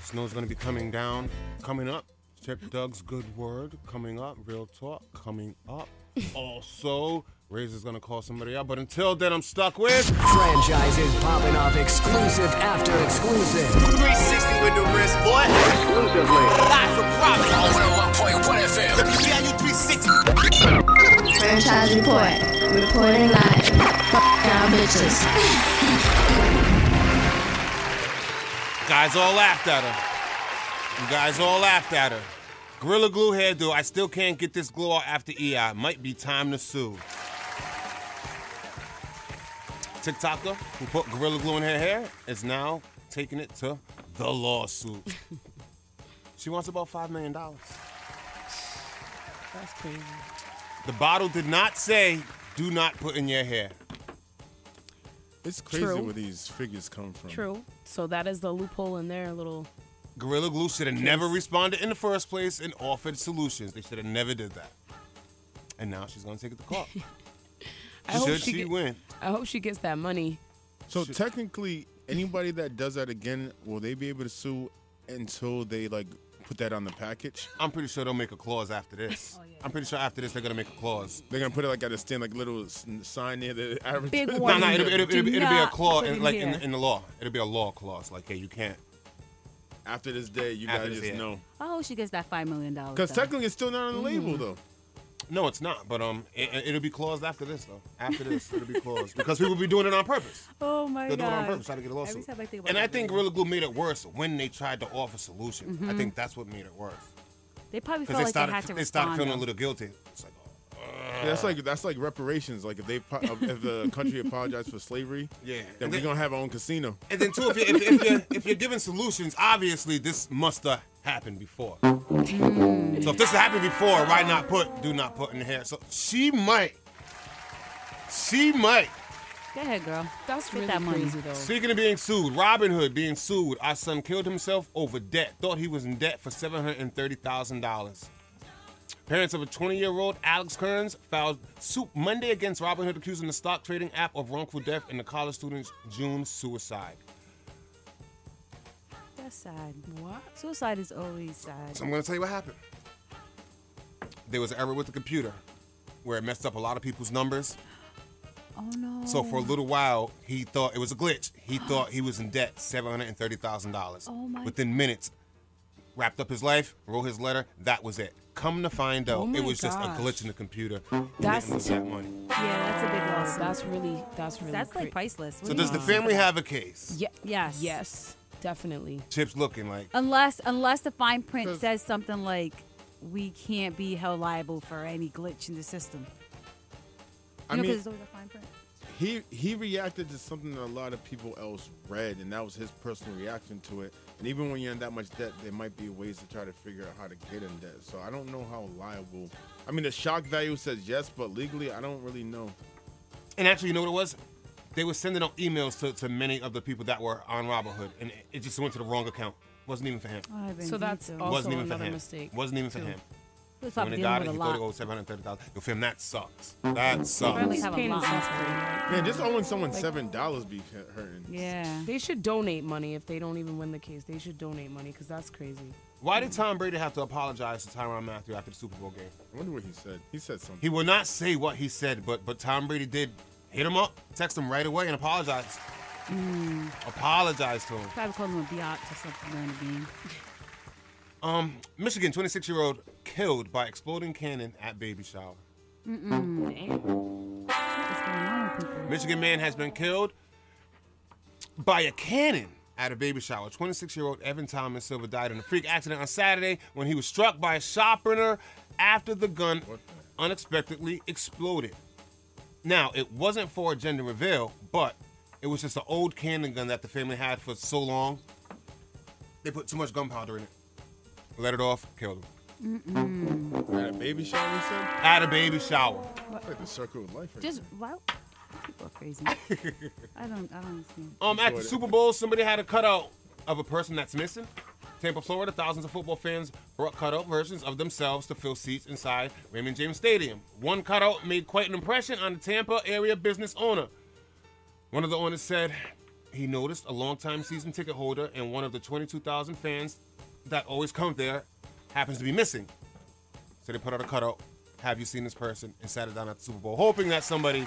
Speaker 2: Snow's gonna be coming down, coming up. Chip Doug's good word coming up. Real talk coming
Speaker 1: <laughs>
Speaker 2: up. also, Razor's gonna call somebody out, but until then, I'm stuck with
Speaker 1: franchises popping off exclusive after exclusive.
Speaker 5: 360 with the wrist, boy. Exclusively. Live from Providence. On 101.1 FM. WBIU 360.
Speaker 9: Franchise report. Reporting live. Fuck y'all bitches.
Speaker 2: Guys all laughed at her. You guys all laughed at her. Gorilla Glue hairdo. I still can't get this glue out after EI. Might be time to sue. TikToker who put Gorilla Glue in her hair is now taking it to the lawsuit.
Speaker 8: <laughs>
Speaker 2: she wants about $5 million.
Speaker 8: That's crazy.
Speaker 2: The bottle did not say, do not put in your hair.
Speaker 4: It's crazy
Speaker 8: True.
Speaker 4: where these figures come from.
Speaker 8: True. So that is the loophole in their little.
Speaker 2: Gorilla Glue should have never responded in the first place and offered solutions. They should have never did that. And now she's gonna take it to court.
Speaker 8: I hope
Speaker 2: should
Speaker 8: she
Speaker 2: she,
Speaker 8: get-
Speaker 2: win?
Speaker 8: I hope she gets that money.
Speaker 4: So technically, anybody that does that again, will they be able to sue until they like put that on the package?
Speaker 2: I'm pretty sure they'll make a clause after this.
Speaker 8: Oh,
Speaker 2: I'm pretty sure after this they're gonna make a clause.
Speaker 4: They're gonna put it like at a stand, like little s- sign near the average.
Speaker 2: No, no, it'll, it'll- it'll- it'll be a clause in, like in,
Speaker 4: the-
Speaker 2: in the law. It'll be a law clause. Like, hey, you can't.
Speaker 4: after this day, you
Speaker 2: After
Speaker 4: gotta
Speaker 2: this
Speaker 4: just
Speaker 2: day.
Speaker 4: know.
Speaker 6: I hope Oh, she gets that $5 million.
Speaker 4: Because
Speaker 6: though.
Speaker 4: technically, it's still not on the label
Speaker 6: Mhm.
Speaker 4: though.
Speaker 2: No, it's not. But um, it, it- it'll be claused after this though. After
Speaker 6: <laughs>
Speaker 2: this, it'll be claused because people be doing it on purpose.
Speaker 6: Oh my
Speaker 2: They'll do it on
Speaker 6: God.
Speaker 2: purpose, try to get a lawsuit.
Speaker 6: Every time I think about
Speaker 2: and I
Speaker 6: that
Speaker 2: think
Speaker 6: video.
Speaker 2: Gorilla Glue made it worse when they tried to offer solution. I
Speaker 6: Mhm.
Speaker 2: think that's what made it worse.
Speaker 6: They probably
Speaker 2: Because
Speaker 6: felt
Speaker 2: they
Speaker 6: like
Speaker 2: started,
Speaker 6: they had to
Speaker 2: they started
Speaker 6: respond.
Speaker 2: feeling a
Speaker 6: though.
Speaker 2: little guilty. It's like,
Speaker 4: Yeah, that's like that's like reparations. Like if they po- if the country apologized for slavery,
Speaker 2: Yeah.
Speaker 4: then
Speaker 2: And
Speaker 4: we're
Speaker 2: then-
Speaker 4: gonna have our own casino.
Speaker 2: And then too, if you're, if, if you're, if you're giving solutions, obviously this must have happened before.
Speaker 6: Mm-hmm.
Speaker 2: So if this happened before, why not put do not put in the hair? So she might. She might.
Speaker 6: Go ahead, girl.
Speaker 8: That's
Speaker 6: Get
Speaker 8: really
Speaker 6: that money.
Speaker 8: crazy though.
Speaker 2: Speaking of being sued, Robin Hood being sued. Our son killed himself over debt. Thought he was in debt for seven hundred and thirty thousand dollars. Parents of a 20-year-old Alex Kearns filed suit Monday against Robin Hood, accusing the stock trading app of wrongful death and the college student's June suicide.
Speaker 6: That's sad. What? Suicide is always sad.
Speaker 2: So I'm gonna tell you what happened. There was an error with the computer where it messed up a lot of people's numbers.
Speaker 6: Oh no.
Speaker 2: So for a little while, he thought it was a glitch. He thought he was in debt, seven hundred and thirty thousand dollars.
Speaker 6: Oh my-
Speaker 2: Within minutes, wrapped up his life, wrote his letter. That was it. Come to find out,
Speaker 8: Oh my
Speaker 2: it was just
Speaker 8: gosh.
Speaker 2: a glitch in the computer.
Speaker 8: That's-
Speaker 2: That's didn't lose that money.
Speaker 6: Yeah, that's a big loss.
Speaker 8: That's really. That's really.
Speaker 6: That's, like,
Speaker 8: cra-
Speaker 6: priceless.
Speaker 2: So does the family have a case?
Speaker 8: Yeah.
Speaker 6: Yes.
Speaker 8: Yes. Definitely.
Speaker 2: Chip's looking like
Speaker 6: Unless unless the fine print says something like we can't be held liable for any glitch in the system.
Speaker 4: I
Speaker 6: you know, 'cause
Speaker 4: mean,
Speaker 6: it's always a fine print.
Speaker 4: he he reacted to something that a lot of people else read, and that was his personal reaction to it. And even when you're in that much debt, there might be ways to try to figure out how to get in debt. So I don't know how liable. I mean, the shock value says yes, but legally, I don't really know.
Speaker 2: And actually, you know what it was? They were sending out emails to, to many of the people that were on Robinhood, and it- it just went to the wrong account. Wasn't even for him.
Speaker 6: Oh, I've been
Speaker 8: So that's
Speaker 6: beat, though.
Speaker 8: also
Speaker 2: wasn't even for
Speaker 8: another
Speaker 2: him.
Speaker 8: mistake,
Speaker 2: Wasn't even for
Speaker 8: too.
Speaker 2: him.
Speaker 6: He was
Speaker 2: So when
Speaker 6: probably
Speaker 2: he
Speaker 6: dealing
Speaker 2: died,
Speaker 6: with a
Speaker 2: he thought
Speaker 6: lot.
Speaker 2: he owed seven hundred thirty thousand. Yo, fam, that sucks. That sucks.
Speaker 6: Families have a
Speaker 8: Pain and
Speaker 6: lot.
Speaker 4: Man, just owing someone
Speaker 8: Like-
Speaker 4: seven dollars be hu- hurting.
Speaker 6: Yeah.
Speaker 8: They should donate money if they don't even win the case. They should donate money because that's crazy.
Speaker 2: Why did Tom Brady have to apologize to Tyron Matthew after the Super Bowl game?
Speaker 4: I wonder what he said. He said something.
Speaker 2: He will not say what he said, but but Tom Brady did hit him up, text him right away, and apologize.
Speaker 6: Mm.
Speaker 2: Apologize to him.
Speaker 6: Probably called him a biatch or something during the game.
Speaker 2: Um, Michigan 26 year old killed by exploding cannon at baby shower. Michigan man has been killed by a cannon at a baby shower. 26 year old Evan Thomas Silver died in a freak accident on Saturday when he was struck by a sharpener after the gun unexpectedly exploded. Now, it wasn't for a gender reveal, but it was just an old cannon gun that the family had for so long. They put too much gunpowder in it. Let it off, killed him.
Speaker 4: Mm. At a baby shower, you said?
Speaker 2: At a baby shower.
Speaker 4: Like the circle of life. Right
Speaker 6: Just wow. People are crazy. <laughs> I don't. I don't understand.
Speaker 2: Um, at the Super Bowl, somebody had a cutout of a person that's missing. Tampa, Florida, thousands of football fans brought cutout versions of themselves to fill seats inside Raymond James Stadium. One cutout made quite an impression on the Tampa area business owner. One of the owners said he noticed a longtime season ticket holder and one of the 22,000 fans that always come there happens to be missing. So they put out a cutout. Have you seen this person? And sat it down at the Super Bowl, hoping that somebody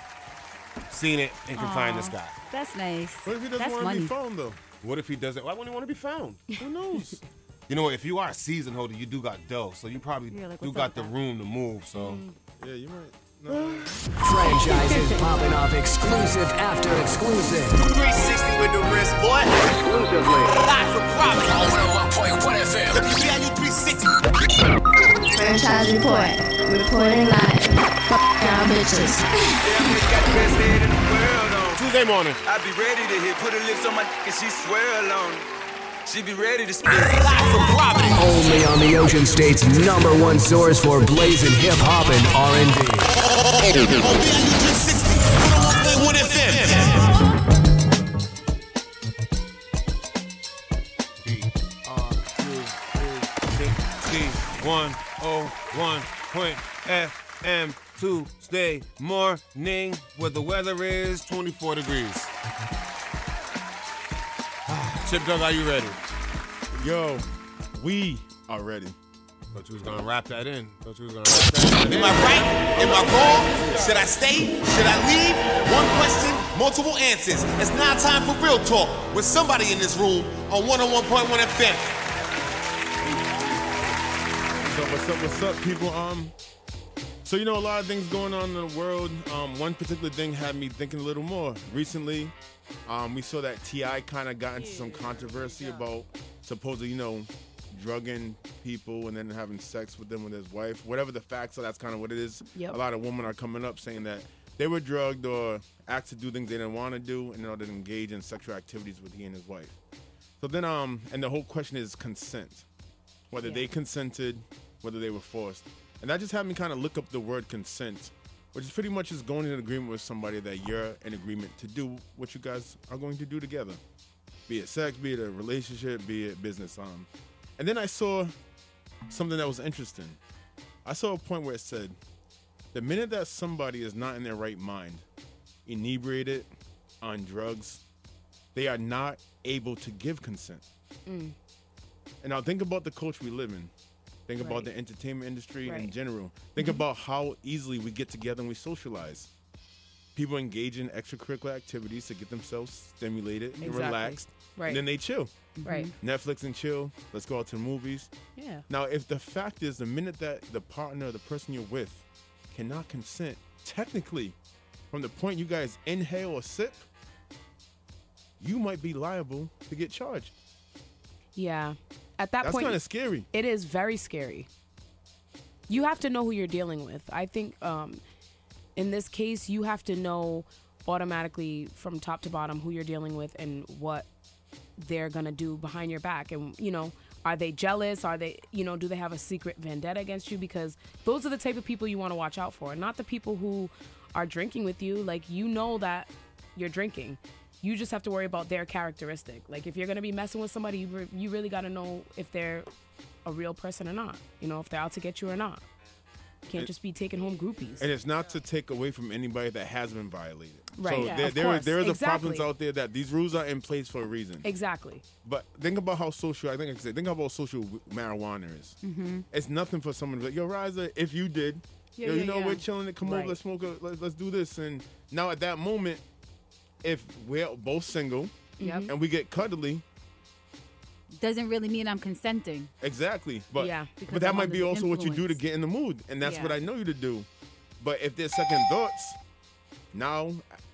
Speaker 2: seen it and can find this
Speaker 6: Aw,
Speaker 2: guy.
Speaker 6: That's nice.
Speaker 4: What if he doesn't
Speaker 6: that's
Speaker 4: want to
Speaker 6: money.
Speaker 4: be found though?
Speaker 2: What if he doesn't? Why wouldn't he want to be found? Who knows? you know, if you are a season holder, you do got dough, so you probably
Speaker 4: Yeah, like,
Speaker 2: do
Speaker 4: what's
Speaker 2: got
Speaker 4: up Mm-hmm.
Speaker 2: the room to move. So
Speaker 4: Yeah, you might. No.
Speaker 1: Franchises popping off exclusive after exclusive.
Speaker 5: 360 with the wrist, boy. Exclusively. Live for profit. On 101.1 FM. Yeah, you 360.
Speaker 9: Franchise report. Reporting live. Fuck y'all bitches.
Speaker 2: Tuesday morning.
Speaker 15: I be ready to hit. Put her lips on my dick and she swirl on it. She be ready to spit.
Speaker 1: Only on the Ocean State's number one source for blazing hip hop and R&B.
Speaker 2: one oh one point FM Tuesday morning, where the weather is 24 degrees. <sighs> Chip Doug, are you ready?
Speaker 4: Yo, we are ready.
Speaker 2: Thought you was gonna wrap that in. Thought you was gonna wrap that in.
Speaker 5: Am I right? Am I wrong? Should I stay? Should I leave? One question, multiple answers. It's now time for real talk with somebody in this room on 101.1 FM.
Speaker 4: So what's up? What's up, people? Um, so you know a lot of things going on in the world. Um, one particular thing had me thinking a little more. Recently, um, we saw that Ti kind of got into some controversy about supposedly, you know, drugging people and then having sex with them with his wife. Whatever the facts are, that's kind of what it is.
Speaker 8: Yep.
Speaker 4: A lot of women are coming up saying that they were drugged or asked to do things they didn't want to do in order to engage in sexual activities with he and his wife. So then, um, and the whole question is consent whether they consented, whether they were forced. And that just had me kind of look up the word consent, which is pretty much just going in agreement with somebody that you're in agreement to do what you guys are going to do together, be it sex, be it a relationship, be it business. Um, and then I saw something that was interesting. I saw a point where it said, the minute that somebody is not in their right mind, inebriated, on drugs, they are not able to give consent.
Speaker 8: Mm.
Speaker 4: And now think about the culture we live in. Think about
Speaker 8: Right.
Speaker 4: the entertainment industry in
Speaker 8: Right. Mm-hmm.
Speaker 4: general. Think about how easily we get together and we socialize. People engage in extracurricular activities to get themselves stimulated and
Speaker 8: Exactly.
Speaker 4: relaxed.
Speaker 8: Right.
Speaker 4: And then they chill.
Speaker 8: Right.
Speaker 4: Netflix and chill. Let's go out to the movies.
Speaker 8: Yeah.
Speaker 4: Now, if the fact is the minute that the partner, the person you're with, cannot consent, technically, from the point you guys inhale or sip, you might be liable to get charged.
Speaker 8: Yeah. At that
Speaker 4: That's
Speaker 8: point,
Speaker 4: kinda scary.
Speaker 8: It is very scary. You have to know who you're dealing with. I think um, in this case, you have to know automatically from top to bottom who you're dealing with and what they're gonna do behind your back. And you know, are they jealous? Are they, you know, do they have a secret vendetta against you? Because those are the type of people you want to watch out for, not the people who are drinking with you. Like you know that you're drinking. You just have to worry about their characteristic. Like if you're gonna be messing with somebody, you, re- you really gotta know if they're a real person or not. You know, if they're out to get you or not. Can't
Speaker 4: It-
Speaker 8: just be taking home groupies.
Speaker 4: And it's not to take away from anybody that has been violated.
Speaker 8: Right.
Speaker 4: So
Speaker 8: Yeah,
Speaker 4: there,
Speaker 8: of
Speaker 4: there,
Speaker 8: course.
Speaker 4: there is a problems
Speaker 8: Exactly.
Speaker 4: out there that these rules are in place for a reason.
Speaker 8: Exactly.
Speaker 4: But think about how social. I think I can say. Think about how social marijuana is.
Speaker 6: Mm-hmm.
Speaker 8: Mhm.
Speaker 4: It's nothing for someone to be like, yo, Riza, if you did,
Speaker 8: Yeah,
Speaker 4: yo, you
Speaker 8: yeah,
Speaker 4: know,
Speaker 8: yeah.
Speaker 4: we're chilling. Come
Speaker 8: Right.
Speaker 4: over, let's smoke. A, let, let's do this. And now at that moment, if we're both single,
Speaker 6: <laughs>
Speaker 8: Mm-hmm.
Speaker 6: Yep.
Speaker 4: and we get cuddly,
Speaker 6: Doesn't really mean I'm consenting.
Speaker 4: exactly. But
Speaker 6: Yeah, because
Speaker 4: but that
Speaker 6: I'm
Speaker 4: might
Speaker 6: under
Speaker 4: be
Speaker 6: the
Speaker 4: also what you do to get in the mood, and that's
Speaker 6: Yeah.
Speaker 4: what I know you to do. But if there's second thoughts, now,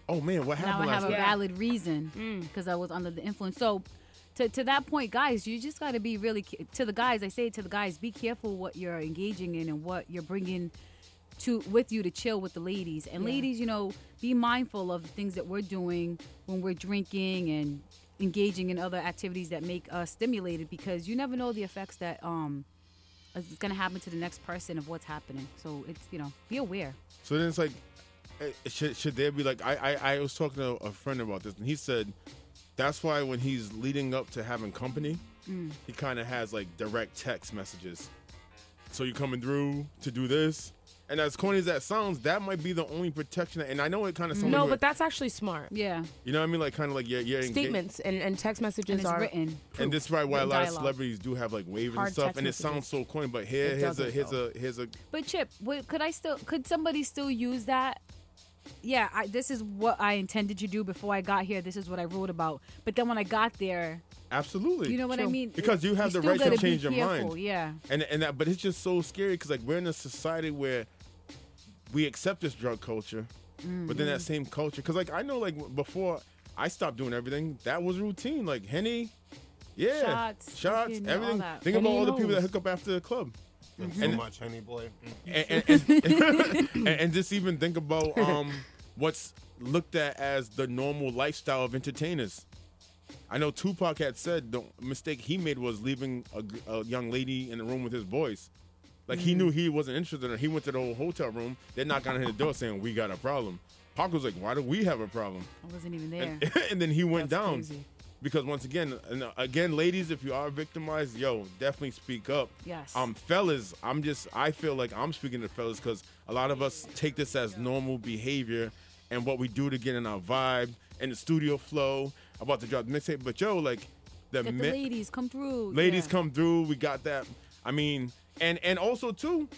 Speaker 4: oh man, what
Speaker 6: now
Speaker 4: happened
Speaker 6: I
Speaker 4: last
Speaker 6: have a
Speaker 4: night?
Speaker 6: valid reason because I was under the influence. So, to, to that point, guys, you just got to be really ca- to the guys. I say to the guys, be careful what you're engaging in and what you're bringing to with you to chill with the ladies. And
Speaker 17: Yeah.
Speaker 6: ladies, you know, be mindful of the things that we're doing when we're drinking and engaging in other activities that make us stimulated because you never know the effects that um is going to happen to the next person of what's happening. So it's you know, be aware.
Speaker 4: So then it's like, eh, should, should there be like, I, I, I was talking to a friend about this, and he said, that's why when he's leading up to having company,
Speaker 6: Mm.
Speaker 4: he kind of has like direct text messages. So you coming through to do this? And as corny as that sounds, that might be the only protection. And I know it kind of sounds
Speaker 8: No,
Speaker 4: like,
Speaker 8: but that's actually smart.
Speaker 6: Yeah.
Speaker 4: you know what I mean? Like kind of like yeah, yeah.
Speaker 8: Statements and, and text messages
Speaker 4: it's
Speaker 8: are
Speaker 4: written. And this is probably why a
Speaker 8: Written
Speaker 4: lot of
Speaker 8: dialogue.
Speaker 4: celebrities do have like waivers
Speaker 6: Hard
Speaker 4: and stuff,
Speaker 6: text
Speaker 4: and it
Speaker 6: messages.
Speaker 4: sounds so corny. But here,
Speaker 6: It
Speaker 4: here's a
Speaker 6: doesn't,
Speaker 4: here's
Speaker 6: though.
Speaker 4: a here's a
Speaker 6: But Chip, wait, could I still could somebody still use that? Yeah, I, this is what I intended to do before I got here. This is what I wrote about. But then when I got there,
Speaker 4: absolutely.
Speaker 6: You know what I True. mean?
Speaker 4: Because you have the
Speaker 6: You still
Speaker 4: right to
Speaker 6: gotta be
Speaker 4: change your
Speaker 6: careful,
Speaker 4: mind.
Speaker 6: yeah.
Speaker 4: And and that, but it's just so scary because like we're in a society where we accept this drug culture, but then
Speaker 6: Mhm.
Speaker 4: that same culture, because like I know like w- before I stopped doing everything, that was routine. Like henny, yeah,
Speaker 2: Shots,
Speaker 4: shots,
Speaker 2: freaking all
Speaker 4: everything.
Speaker 2: that.
Speaker 4: Think about
Speaker 2: Henny
Speaker 4: all the people that
Speaker 2: knows.
Speaker 4: hook up after the club.
Speaker 2: Like so much, honey boy.
Speaker 4: Mm-hmm. <laughs> and, and, and, and- and just even think about um, what's looked at as the normal lifestyle of entertainers. I know Tupac had said the mistake he made was leaving a, g- a young lady in the room with his boys. Like he
Speaker 2: Mhm.
Speaker 4: knew he wasn't interested in her. He went to the whole hotel room. They knocked on his door saying, "We got a problem." Pac was like, "Why do we have a problem?"
Speaker 6: I wasn't even there.
Speaker 4: And, and then he went down.
Speaker 6: crazy.
Speaker 4: Because once again, and uh, again, ladies, if you are victimized, yo, definitely speak up.
Speaker 6: Yes.
Speaker 4: Um, fellas, I'm just, I feel like I'm speaking to fellas because a lot of us take this as normal behavior and what we do to get in our vibe and the studio flow about to drop the mixtape. But yo, like <laughs> the,
Speaker 6: Get the
Speaker 4: mi-
Speaker 6: ladies come through.
Speaker 4: ladies
Speaker 6: yeah.
Speaker 4: come through. We got that. I mean, and and also too,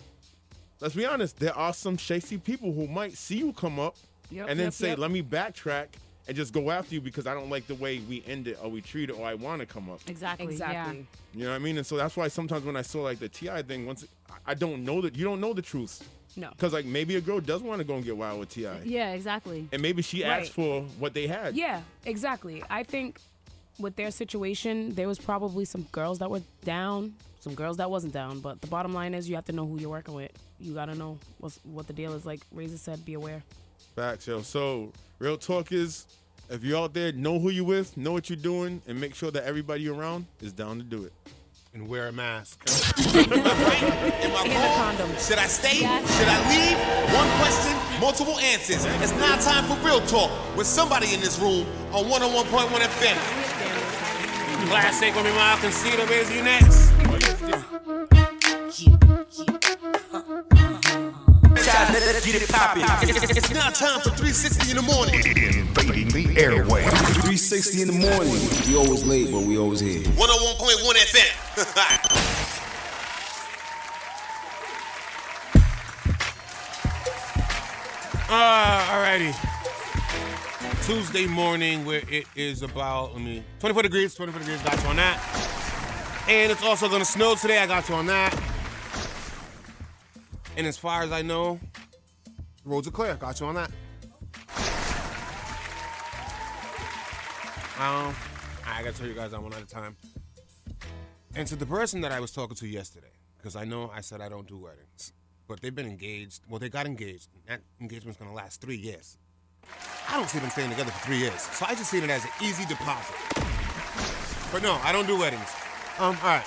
Speaker 4: let's be honest. There are some shady people who might see you come up
Speaker 2: Yep,
Speaker 4: and then
Speaker 2: yep,
Speaker 4: say,
Speaker 2: yep.
Speaker 4: "Let me backtrack." And just go after you because I don't like the way we end it or we treat it or I want to come up.
Speaker 6: Exactly. Exactly. Yeah.
Speaker 4: You know what I mean? And so that's why sometimes when I saw like the Ti thing, once I- I don't know that you don't know the truth.
Speaker 8: No.
Speaker 4: Because like maybe a girl does want to go and get wild with Ti,
Speaker 6: Yeah, exactly.
Speaker 4: and maybe she
Speaker 8: Right.
Speaker 4: asked for what they had.
Speaker 8: Yeah, exactly. I think with their situation, there was probably some girls that were down, some girls that wasn't down. But the bottom line is, you have to know who you're working with. You gotta know what's, what the deal is. Like Razor said, be aware.
Speaker 4: Facts, yo. So real talk is, if you're out there, know who you with, know what you're doing, and make sure that everybody you around is down to do it.
Speaker 2: And wear a
Speaker 8: <laughs>
Speaker 2: mask.
Speaker 5: Should I stay? Should I leave? One question, multiple answers. It's now time for real talk with somebody in this room on 101.1 FM.
Speaker 2: Classic with me, Miles Conceito. Where's you next?
Speaker 5: Let's get it poppin'. It's now time for 360 in the morning.
Speaker 7: Invading the airway. 360 in the morning. You always late, but we always here.
Speaker 5: 101.1
Speaker 2: <laughs>
Speaker 5: FM.
Speaker 2: Uh, alrighty. Tuesday morning, where it is about, let me, 24 degrees, 24 degrees, got you on that. And it's also gonna snow today, I got you on that. And as far as I know, roads are clear, got you on that. Um, I gotta tell you guys that one at a time. And to the person that I was talking to yesterday, because I know I said I don't do weddings, but they've been engaged. Well, they got engaged. That engagement's gonna last three years. I don't see them staying together for three years, so I just see it as an easy deposit. But no, I don't do weddings. Um, all right.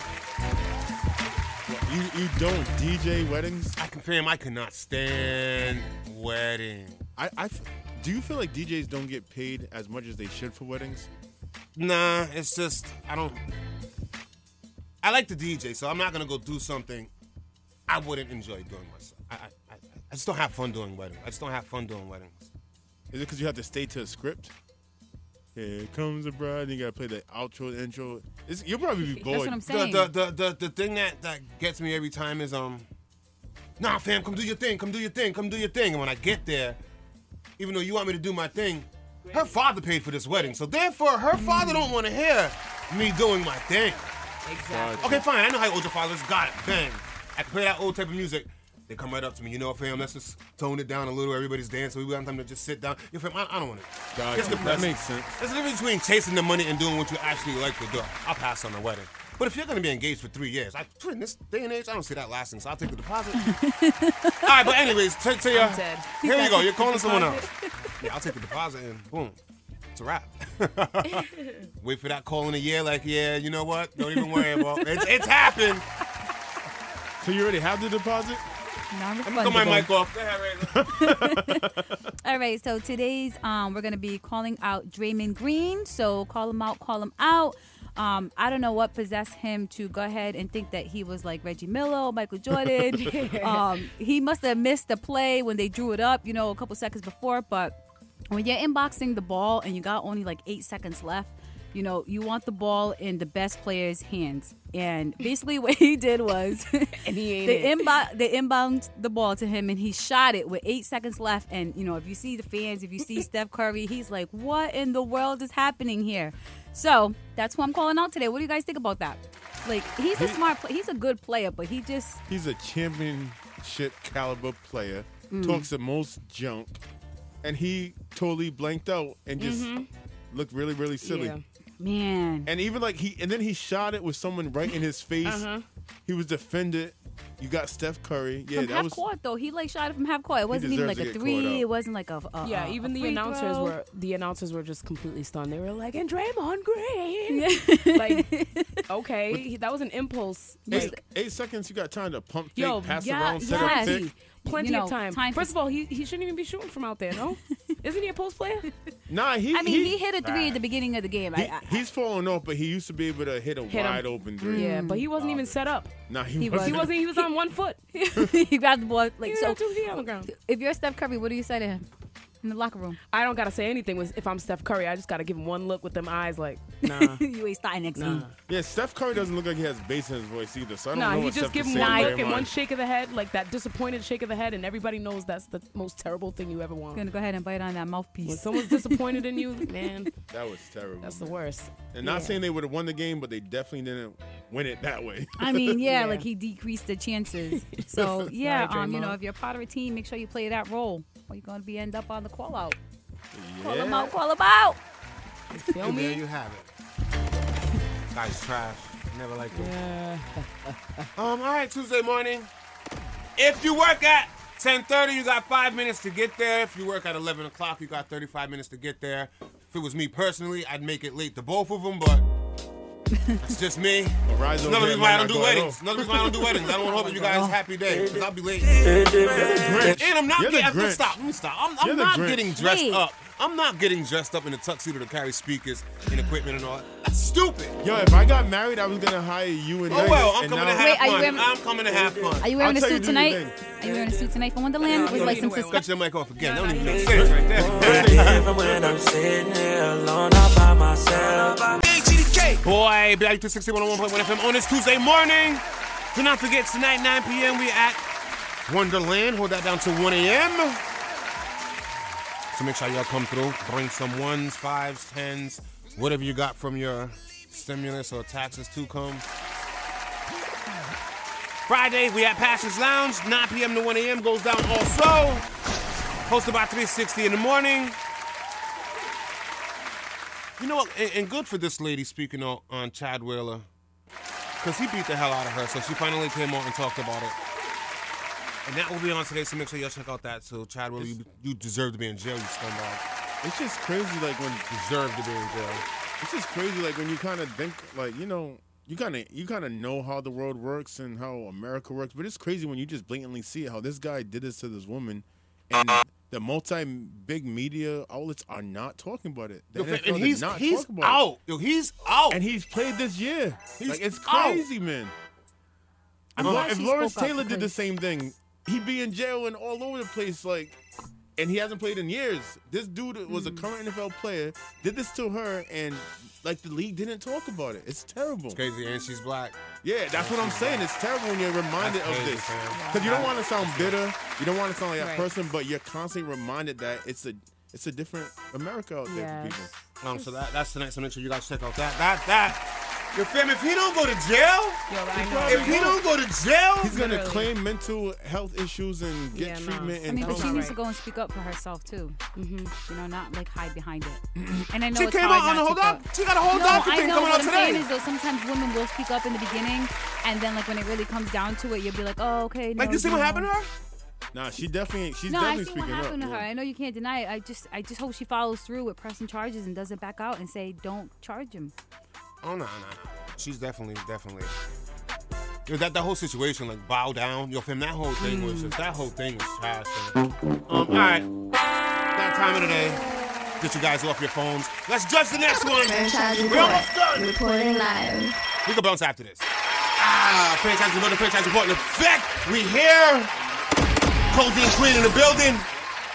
Speaker 4: You you don't DJ weddings?
Speaker 2: I can fam, I cannot stand weddings.
Speaker 4: I, I f- do you feel like DJs don't get paid as much as they should for weddings?
Speaker 2: Nah, it's just I don't. I like to DJ, so I'm not gonna go do something I wouldn't enjoy doing myself. I I, I, I just don't have fun doing weddings. I just don't have fun doing weddings.
Speaker 4: Is it because you have to stay to a script? Here comes the bride. And you gotta play the outro, intro. It's, you'll probably be bored.
Speaker 2: The, the, the, the, the thing that, that gets me every time is um, nah, fam, come do your thing, come do your thing, come do your thing. And when I get there, even though you want me to do my thing, her father paid for this wedding, so therefore her father don't want to hear me doing my thing.
Speaker 8: Exactly.
Speaker 2: Okay, fine. I know how old your father is. Got it. Bang. I can play that old type of music. They come right up to me. You know, fam, let's just tone it down a little. Everybody's dancing. We got time to just sit down. Yo, fam, I, I don't want
Speaker 4: Gotcha.
Speaker 2: to. It's
Speaker 4: That
Speaker 2: depressing.
Speaker 4: makes sense.
Speaker 2: There's a difference between chasing the money and doing what you actually like to do. I'll pass on the wedding. But if you're gonna be engaged for three years, I, in this day and age, I don't see that lasting. So I'll take
Speaker 4: <laughs>
Speaker 2: the deposit. All right, but anyways, t- to your,
Speaker 8: I'm dead.
Speaker 2: here you go. You're calling someone else.
Speaker 8: Deposit.
Speaker 2: Yeah, I'll take the deposit and boom, it's a
Speaker 6: <laughs>
Speaker 2: wrap. Wait for that call in a year. Like, yeah, you know what? Don't even worry about it. It's, it's happened.
Speaker 4: So you already have the deposit?
Speaker 2: Come my
Speaker 6: Fundable.
Speaker 2: mic off.
Speaker 6: All right, so today's um, we're gonna be calling out Draymond Green. So call him out, call him out. Um, I don't know what possessed him to go ahead and think that he was like Reggie Miller, Michael Jordan. um, he must have missed the play when they drew it up, you know, a couple seconds before. But when you're inboxing the ball and you got only like eight seconds left, you know, you want the ball in the best player's hands. And basically, what he did was <laughs> they,
Speaker 8: it.
Speaker 6: inbound, they inbound the ball to him and he shot it with eight seconds left. And, you know, if you see the fans, if you
Speaker 8: <laughs>
Speaker 6: see Steph Curry, he's like, what in the world is happening here? So that's who I'm calling out today. What do you guys think about that? Like, he's a
Speaker 4: He-
Speaker 6: smart, pla- he's a good player, but he just,
Speaker 4: He's a championship caliber player.
Speaker 6: Mm.
Speaker 4: Talks the most junk, and he totally blanked out and just
Speaker 6: Mhm.
Speaker 4: looked really, really silly.
Speaker 6: Yeah. man.
Speaker 4: And even like he, and then he shot it with someone right in his face.
Speaker 6: Uh-huh.
Speaker 4: He was defended. You got Steph Curry. Yeah,
Speaker 6: from
Speaker 4: that
Speaker 6: half
Speaker 4: was.
Speaker 6: court though, he like shot it from half court. It wasn't even
Speaker 4: deserves
Speaker 6: like
Speaker 4: to
Speaker 6: a
Speaker 4: get called
Speaker 6: three.
Speaker 4: out.
Speaker 6: It wasn't like a, a
Speaker 8: yeah,
Speaker 6: a-
Speaker 8: even
Speaker 6: a
Speaker 8: the
Speaker 6: free
Speaker 8: announcers
Speaker 6: throw.
Speaker 8: were the announcers were just completely stunned. They were like, "And Draymond Green."
Speaker 6: <laughs>
Speaker 8: like, okay, he- that was an impulse.
Speaker 4: Eight,
Speaker 8: Like,
Speaker 4: eight seconds. You got time to pump fake,
Speaker 8: yo,
Speaker 4: pass
Speaker 8: yeah,
Speaker 4: around, set
Speaker 8: yes.
Speaker 4: up pick.
Speaker 8: plenty
Speaker 6: You know,
Speaker 8: of time.
Speaker 6: time
Speaker 8: First of all, he, he shouldn't even be shooting from out there.
Speaker 6: <laughs>
Speaker 8: No, isn't he a post player?
Speaker 4: Nah, he.
Speaker 6: I mean, he, hit a three at the beginning of the game. I,
Speaker 4: He- he's falling off, but he used to be able to hit a
Speaker 8: Hit 'em.
Speaker 4: wide open three. Mm.
Speaker 8: Yeah, but he wasn't even set up.
Speaker 4: Nah, he,
Speaker 8: He was.
Speaker 4: wasn't.
Speaker 8: He wasn't. He was on one foot.
Speaker 6: I, <laughs> he grabbed the ball like
Speaker 8: was
Speaker 6: so.
Speaker 8: on two feet on the ground.
Speaker 6: If you're Steph Curry, what do you say to him in the locker room?
Speaker 8: I don't gotta say anything. with- If I'm Steph Curry, I just gotta give him one look with them eyes, like,
Speaker 6: <laughs> you ain't starting next
Speaker 8: Nah.
Speaker 6: game.
Speaker 4: Yeah, Steph Curry doesn't look like he has bass in his voice either, so I don't
Speaker 8: nah,
Speaker 4: know
Speaker 8: he
Speaker 4: what
Speaker 8: just
Speaker 4: Steph
Speaker 8: give
Speaker 4: is
Speaker 8: him
Speaker 4: saying
Speaker 8: one
Speaker 4: to
Speaker 8: look and
Speaker 4: Draymond.
Speaker 8: one shake of the head, like that disappointed shake of the head, and everybody knows that's the most terrible thing you ever want.
Speaker 6: Gonna go ahead and bite on that mouthpiece.
Speaker 8: When someone's disappointed in
Speaker 6: <laughs>
Speaker 8: you, man,
Speaker 4: That was terrible.
Speaker 8: that's the worst.
Speaker 4: And not
Speaker 6: Yeah.
Speaker 4: saying they would have won the game, but they definitely didn't win it that way.
Speaker 6: <laughs> I
Speaker 4: <laughs>
Speaker 6: mean,
Speaker 8: <laughs>
Speaker 6: yeah, like he decreased the chances. So yeah,
Speaker 4: Sorry,
Speaker 6: um, you know,
Speaker 4: Draymond.
Speaker 6: if you're part of a team, make sure you play that role, or you're gonna be end up on the call out. Call him
Speaker 2: Yeah.
Speaker 6: out. Call him out.
Speaker 8: Feel
Speaker 2: And
Speaker 8: me?
Speaker 2: there you have it. <laughs> Guys, trash. Never liked him. um, all right, Tuesday morning. If you work at 10:30, you got five minutes to get there. If you work at 11 o'clock, you got 35 minutes to get there. If it was me personally, I'd make it late to both of them, but it's just me.
Speaker 4: Rise over
Speaker 2: Another
Speaker 4: there
Speaker 2: reason why I
Speaker 4: might
Speaker 2: don't do
Speaker 4: not go at
Speaker 2: weddings.
Speaker 4: all.
Speaker 2: Another reason why I don't do weddings. I don't want to hope
Speaker 5: <laughs>
Speaker 2: you guys happy day because I'll be late.
Speaker 4: Grinch.
Speaker 2: And I'm not
Speaker 4: You're the
Speaker 2: getting. I'm-
Speaker 4: Grinch.
Speaker 2: Stop. Let me stop. I'm,
Speaker 4: You're
Speaker 2: I'm
Speaker 4: the
Speaker 2: not
Speaker 4: Grinch.
Speaker 2: getting dressed
Speaker 4: Wait.
Speaker 2: up. I'm not getting dressed up in a tuxedo to carry speakers and equipment and all. that. That's stupid.
Speaker 4: Yo, if I got married, I was gonna hire you and.
Speaker 2: Oh well, I'm
Speaker 4: and
Speaker 2: coming
Speaker 4: now-
Speaker 2: to have
Speaker 6: Wait, are you
Speaker 2: fun.
Speaker 6: wearing-
Speaker 2: I'm coming to have fun.
Speaker 6: Are you wearing a suit tonight? Are you wearing a suit tonight for Wonderland with like some Cisco?
Speaker 2: Cut your mic off again. That don't even make sense right there.
Speaker 13: Even when I'm sitting here alone, all by myself.
Speaker 2: Boy, Black 261.1 FM on this Tuesday morning. Do not forget tonight, 9 p.m. We're at Wonderland. Hold that down to 1 a.m. So make sure y'all come through. Bring some ones, fives, tens, whatever you got from your stimulus or taxes to come. Friday, we at Passions Lounge, 9 p.m. to 1 a.m. goes down also. Hosted by 360 in the morning. You know what? And, and good for this lady speaking on, on Chad Wheeler. Because he beat the hell out of her, so she finally came out and talked about it. And that will be on today, so make sure y'all check out that. So, Chad Wheeler, you, you deserve to be in jail, you scumbag.
Speaker 4: It's just crazy, like when
Speaker 2: deserve to be in jail.
Speaker 4: It's just crazy, like when you kind of think, like you know, you kind of you kind of know how the world works and how America works, but it's crazy when you just blatantly see how this guy did this to this woman, and the multi big media outlets are not talking about it. The
Speaker 2: Yo, fam,
Speaker 4: NFL
Speaker 2: and
Speaker 4: did
Speaker 2: he's-
Speaker 4: not
Speaker 2: he's
Speaker 4: talk about it.
Speaker 2: out. Yo, he's out,
Speaker 4: and he's played this year.
Speaker 2: He's
Speaker 4: like, it's
Speaker 2: out.
Speaker 4: crazy, man.
Speaker 2: I'm
Speaker 4: If,
Speaker 2: glad
Speaker 4: Lau- if
Speaker 2: she
Speaker 4: Lawrence
Speaker 2: spoke up
Speaker 4: Taylor did the
Speaker 2: because-
Speaker 4: same thing, he'd be in jail and all over the place, like, and he hasn't played in years. This dude
Speaker 6: Hmm.
Speaker 4: was a current NFL player, did this to her, and like the league didn't talk about it. It's terrible. It's
Speaker 2: crazy, and she's black.
Speaker 4: Yeah, that's what I'm saying. It's terrible when you're reminded
Speaker 2: That's
Speaker 4: of
Speaker 2: crazy,
Speaker 4: this,
Speaker 2: fam.
Speaker 4: because you don't want to sound bitter. You don't want to sound like that
Speaker 2: Right.
Speaker 4: person, but you're constantly reminded that it's a it's a different America out there for people.
Speaker 2: Um, so that, that's tonight. So make sure you guys check out that. That that Your fam, if he don't go to jail, if he don't go to jail,
Speaker 4: he's gonna
Speaker 6: Literally.
Speaker 4: claim mental health issues and get
Speaker 6: Yeah, no.
Speaker 4: treatment.
Speaker 6: I
Speaker 4: And
Speaker 6: mean, but
Speaker 4: come
Speaker 6: she
Speaker 4: out.
Speaker 6: needs to go and speak up for herself too. Mm-hmm. You know, not like hide behind it. And I know
Speaker 2: She
Speaker 6: it's
Speaker 2: came
Speaker 6: hard
Speaker 2: out on
Speaker 6: not
Speaker 2: Hold
Speaker 6: to,
Speaker 2: Up.
Speaker 6: but-
Speaker 2: She got a Hold
Speaker 6: no,
Speaker 2: Up
Speaker 6: I
Speaker 2: thing
Speaker 6: know
Speaker 2: coming
Speaker 6: what
Speaker 2: out
Speaker 6: I'm
Speaker 2: today.
Speaker 6: saying is though sometimes women will speak up in the beginning, and then like when it really comes down to it, you'll be like, oh okay.
Speaker 2: Like,
Speaker 6: no,
Speaker 2: you see what
Speaker 6: know.
Speaker 2: happened to her?
Speaker 4: Nah, she definitely ain't- she's
Speaker 6: no, I
Speaker 4: definitely
Speaker 6: see what
Speaker 4: speaking up.
Speaker 6: happened to her.
Speaker 4: yeah.
Speaker 6: I know you can't deny it. I just, I just hope she follows through with pressing charges and doesn't back out and say, "Don't charge him."
Speaker 2: Oh no, no, no. She's definitely, definitely. Yo, that the whole situation, like bow down, yo, fam. That whole thing was just that whole thing was trash. fam. Um, all right, that time of the day. Get you guys off your phones. Let's judge the next one.
Speaker 9: Franchise
Speaker 2: We
Speaker 9: report.
Speaker 2: almost done.
Speaker 9: Reporting live.
Speaker 2: We can bounce after this. Ah, franchise report, the franchise report. In effect, we here. Codeine Queen in the building.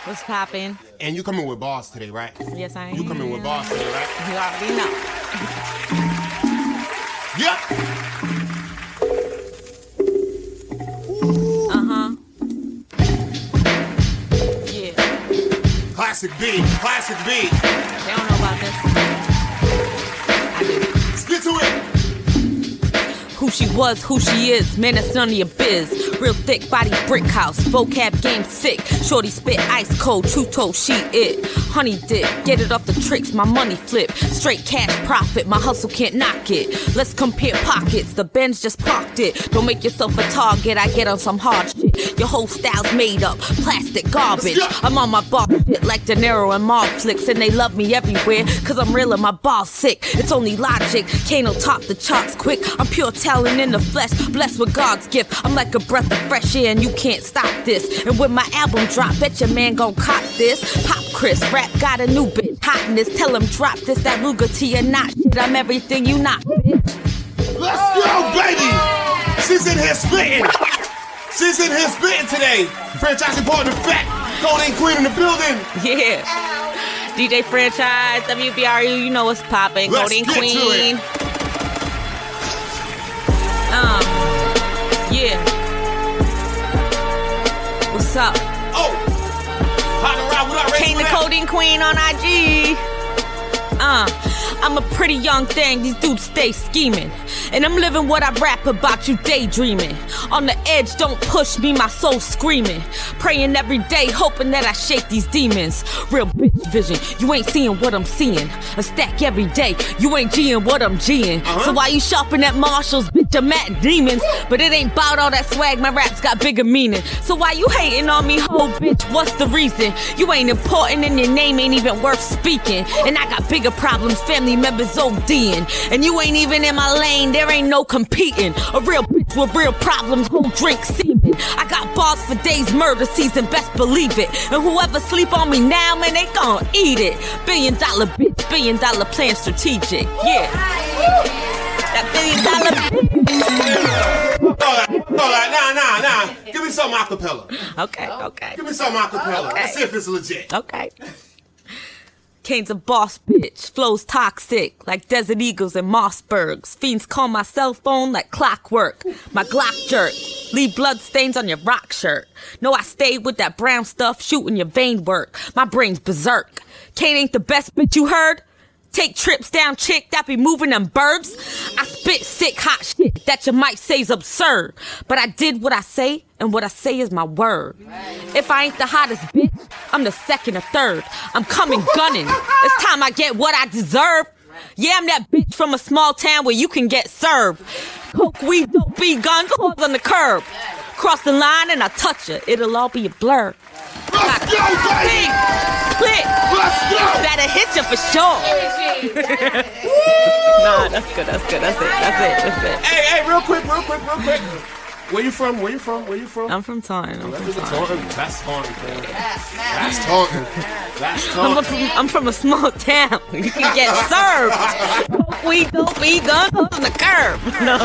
Speaker 17: What's poppin'?
Speaker 2: And you coming with boss today, right?
Speaker 17: Yes, I am.
Speaker 2: You coming with boss today, right?
Speaker 17: You already know.
Speaker 2: Yep.
Speaker 17: Uh huh. Yeah.
Speaker 2: Classic B. Classic B.
Speaker 17: They don't know about this.
Speaker 2: Let's get to it.
Speaker 17: Who she was, who she is, man, that's none of your biz. Real thick body brick house, vocab game sick. Shorty spit ice cold, true toe, she it. Honey dip, get it off the tricks, my money flip. Straight cash profit, my hustle can't knock it. Let's compare pockets, the Benz just parked it. Don't make yourself a target, I get on some hard shit. Your whole style's made up, plastic garbage. I'm on my bar shit like De Niro and mob flicks, and they love me everywhere, cause I'm real and my ball sick. It's only logic, Kano top the charts quick. I'm pure talent in the flesh, blessed with God's gift. I'm like a breath of fresh air, and you can't stop this. And when my album drop, bet your man gon' cop this. Pop Chris, rap got a new bitch, hotness. Tell him drop this, that Ruger to your not shit. I'm everything you not, bitch.
Speaker 2: Let's go, baby! She's in here spitting. She's in here spitting today. Franchise report in effect. Golden Queen in the building.
Speaker 17: Yeah. DJ Franchise, WBRU, you know what's poppin'.
Speaker 2: Let's
Speaker 17: Golden
Speaker 2: get to
Speaker 17: Queen. Um, yeah. What's up?
Speaker 2: Oh, Partner Rob, what up, Race?
Speaker 17: Kane the
Speaker 2: What up?
Speaker 17: Coding Queen on IG. Uh, I'm a pretty young thing, these dudes stay scheming. And I'm living what I rap about, you daydreaming. On the edge, don't push me, my soul screaming. Praying every day, hoping that I shake these demons. Real bitch vision, you ain't seeing what I'm seeing. A stack every day, you ain't G'ing what I'm G'ing. So why you shopping at Marshall's, bitch, I'm at Demons. But it ain't bout all that swag, my rap's got bigger meaning. So why you hating on me, hoe bitch? What's the reason? You ain't important and your name ain't even worth speaking. And I got bigger problems, family members ODing. And you ain't even in my lane, there ain't no competing. A real bitch with real problems, who drink semen. I got balls for days, murder season, best believe it. And whoever sleep on me now, man, they gon' eat it. Billion dollar bitch, billion dollar plan strategic. Yeah. That billion dollar
Speaker 2: All right, all right, nah, nah, nah. Give me some acapella.
Speaker 17: Okay, okay.
Speaker 2: Give me some acapella.
Speaker 17: Okay.
Speaker 2: Let's see if it's legit.
Speaker 17: Okay. Kane's a boss bitch, flows toxic like desert eagles and Mossbergs. Fiends call my cell phone like clockwork. My Glock jerk, leave blood stains on your rock shirt. No, I stayed with that brown stuff shooting your vein work. My brain's berserk. Kane ain't the best bitch you heard. Take trips down chick that be moving them burbs. I spit sick hot shit that you might say's absurd. But I did what I say, and what I say is my word. If I ain't the hottest bitch, I'm the second or third. I'm coming gunning. It's time I get what I deserve. Yeah, I'm that bitch from a small town where you can get served. Coke, weed, dope, be guns, whores on the curb. Cross the line and I touch it. It'll all be a blur. Let's go, baby! Click. Let's go. That'll hit you for sure. <laughs> nah, that's good. That's good. That's it. That's it. That's it.
Speaker 2: Hey, hey, real quick, real quick, real quick. Where you from? Where you from? Where you from?
Speaker 17: I'm from Taunton. I'm from
Speaker 2: That's
Speaker 17: Taunton.
Speaker 2: Taunton. That's Taunton, man. That's Taunton. <laughs> That's
Speaker 17: I'm
Speaker 2: Taunton.
Speaker 17: from, I'm from a small town. <laughs> You can get served. we don't be guns on the curb. No.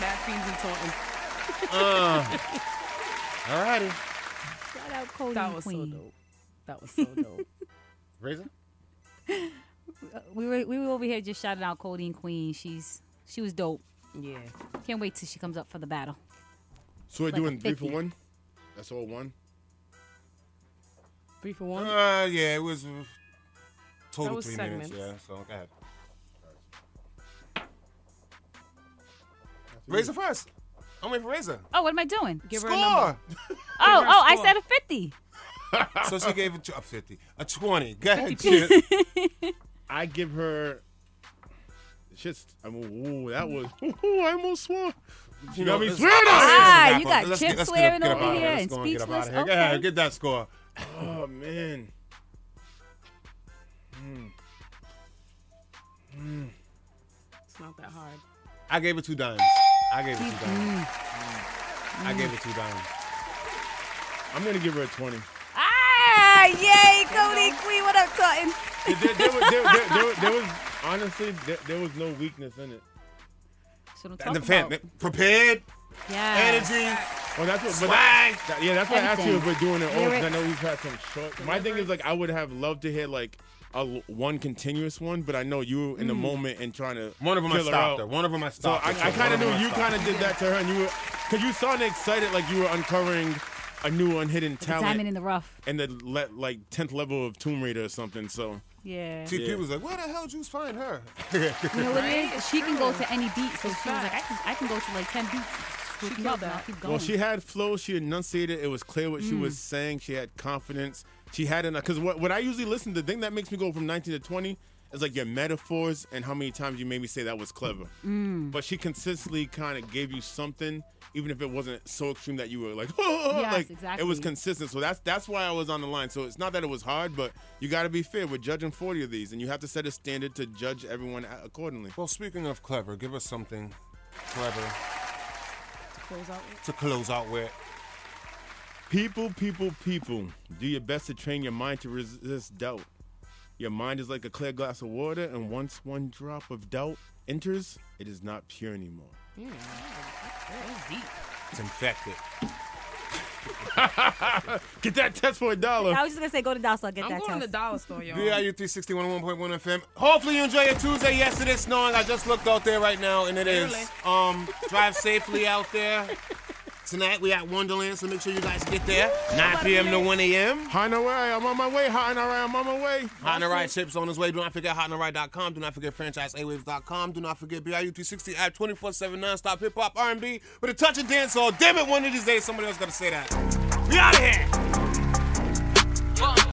Speaker 8: Mad fiends and Taunton.
Speaker 2: Uh, alrighty.
Speaker 6: Shout out Cody
Speaker 8: That was so
Speaker 6: Queen.
Speaker 8: dope. That was so dope.
Speaker 2: Raisin?
Speaker 6: We were we were over here just shouting out Codeine Queen. She's she was dope.
Speaker 8: Yeah.
Speaker 6: Can't wait till she comes up for the battle.
Speaker 4: So we're
Speaker 6: Like a
Speaker 4: doing three for
Speaker 6: thickie.
Speaker 4: one. That's all one.
Speaker 8: Three for one.
Speaker 2: Uh, yeah, it was uh, Total
Speaker 8: that was
Speaker 2: three
Speaker 8: segments.
Speaker 2: minutes, yeah. So go ahead. Razor first. I'm waiting for Razor.
Speaker 6: Oh, what am I doing?
Speaker 2: Score. oh,
Speaker 6: Oh,
Speaker 2: her a
Speaker 6: oh, I
Speaker 2: score.
Speaker 6: said a 50.
Speaker 2: <laughs> so she gave it to a 50. A 20. Go ahead,
Speaker 4: 50.
Speaker 2: Chip.
Speaker 4: I give her. Just, I mean, ooh, that was. Ooh, I almost swore. You got me
Speaker 2: let's-
Speaker 4: swearing on it.
Speaker 2: let's get
Speaker 6: Ah,
Speaker 2: back
Speaker 6: you
Speaker 2: on-
Speaker 6: got
Speaker 2: let's
Speaker 6: Chip
Speaker 2: get- let's get up-
Speaker 6: swearing
Speaker 2: get up
Speaker 6: over
Speaker 2: out of
Speaker 6: here
Speaker 2: Let's
Speaker 6: and
Speaker 2: go get up out of
Speaker 6: speechless.
Speaker 2: here. Go ahead,
Speaker 6: Okay.
Speaker 2: Get that score.
Speaker 4: Oh man. Hmm. Hmm.
Speaker 8: It's not that hard.
Speaker 2: Mm. I gave it two dimes. I gave it two dimes. I gave it two dimes.
Speaker 4: I'm gonna give her a twenty.
Speaker 6: Ah, yay, Cody Queen. What up, Tutton?
Speaker 4: There, there- there was- there- there- there- there was honestly there, there was no weakness in it.
Speaker 6: So don't
Speaker 2: And the fan, prepared, energy.
Speaker 4: Well, that's what. but
Speaker 2: Swag.
Speaker 4: that- that- yeah, that's what I asked you if
Speaker 2: Everything.
Speaker 4: we're doing it all. 'cause I know
Speaker 2: Lyrics.
Speaker 4: we've had some short. My thing is like I would have loved to hear like a l- one continuous one, but I know you were in the
Speaker 2: Mm.
Speaker 4: moment and trying to.
Speaker 2: One of 'em I
Speaker 4: kill her
Speaker 2: stopped
Speaker 4: out.
Speaker 2: her. One of 'em I stopped
Speaker 4: So
Speaker 2: her.
Speaker 4: I, I
Speaker 2: One
Speaker 4: kind
Speaker 2: of
Speaker 4: of
Speaker 2: 'em
Speaker 4: knew
Speaker 2: I
Speaker 4: you
Speaker 2: stopped
Speaker 4: kind of
Speaker 2: her.
Speaker 4: did that to her, and you were because you sounded excited like you were uncovering a new unhidden talent.
Speaker 6: Diamond in the rough.
Speaker 4: and the le- like tenth level of Tomb Raider or something. So
Speaker 6: Yeah.
Speaker 4: TP was
Speaker 2: like, where the hell did <laughs> you find her?
Speaker 6: <laughs> You know what it is? She can go to any beat. So she was like, I can, I can go to like 10 beats. She can up, and I'll keep going.
Speaker 4: Well, she had flow. She enunciated. It was clear what she
Speaker 6: Mm.
Speaker 4: was saying. She had confidence. She had enough. Because what, what I usually listen, the thing that makes me go from 19 to 20 is like your metaphors and how many times you made me say that was clever.
Speaker 18: Mm.
Speaker 4: But she consistently kind of gave you something, even if it wasn't so extreme that you were like, <laughs> "Oh,
Speaker 18: Yes,
Speaker 4: like it was
Speaker 18: exactly.
Speaker 4: consistent. So that's that's why I was on the line. So it's not that it was hard, but you got to be fair. We're judging 40 of these, and you have to set a standard to judge everyone a- accordingly.
Speaker 2: Well, speaking of clever, give us something clever
Speaker 8: To close out with.
Speaker 2: to close out with.
Speaker 4: People, people, people, do your best to train your mind to resist doubt. Your mind is like a clear glass of water, and once one drop of doubt enters, it is not pure anymore.
Speaker 2: It's infected. <laughs>
Speaker 4: Get that test for a dollar.
Speaker 6: I was just going to say, go to Dollar Store, get
Speaker 8: I'm
Speaker 6: that
Speaker 8: going
Speaker 6: test.
Speaker 8: to the dollar store, y'all.
Speaker 2: VIU 361.1 FM. Hopefully you enjoy your Tuesday. Yes, it is snowing. I just looked out there right now, and it is.
Speaker 8: Clearly.
Speaker 2: Um, drive safely out there. Tonight we at Wonderland, so make sure you guys get there. 9 p.m. to 1 a.m.
Speaker 4: Hot and away, I'm on my way. Hot and away, I'm on my way.
Speaker 2: Hot and the Right chips on his way. Do not forget hotandright.com. Do not forget franchiseawaves.com. Do not forget BIU360 app 24 7 nonstop hip hop R&B with a touch of dancehall. Damn it, one of these days somebody else got to say that. We out of here.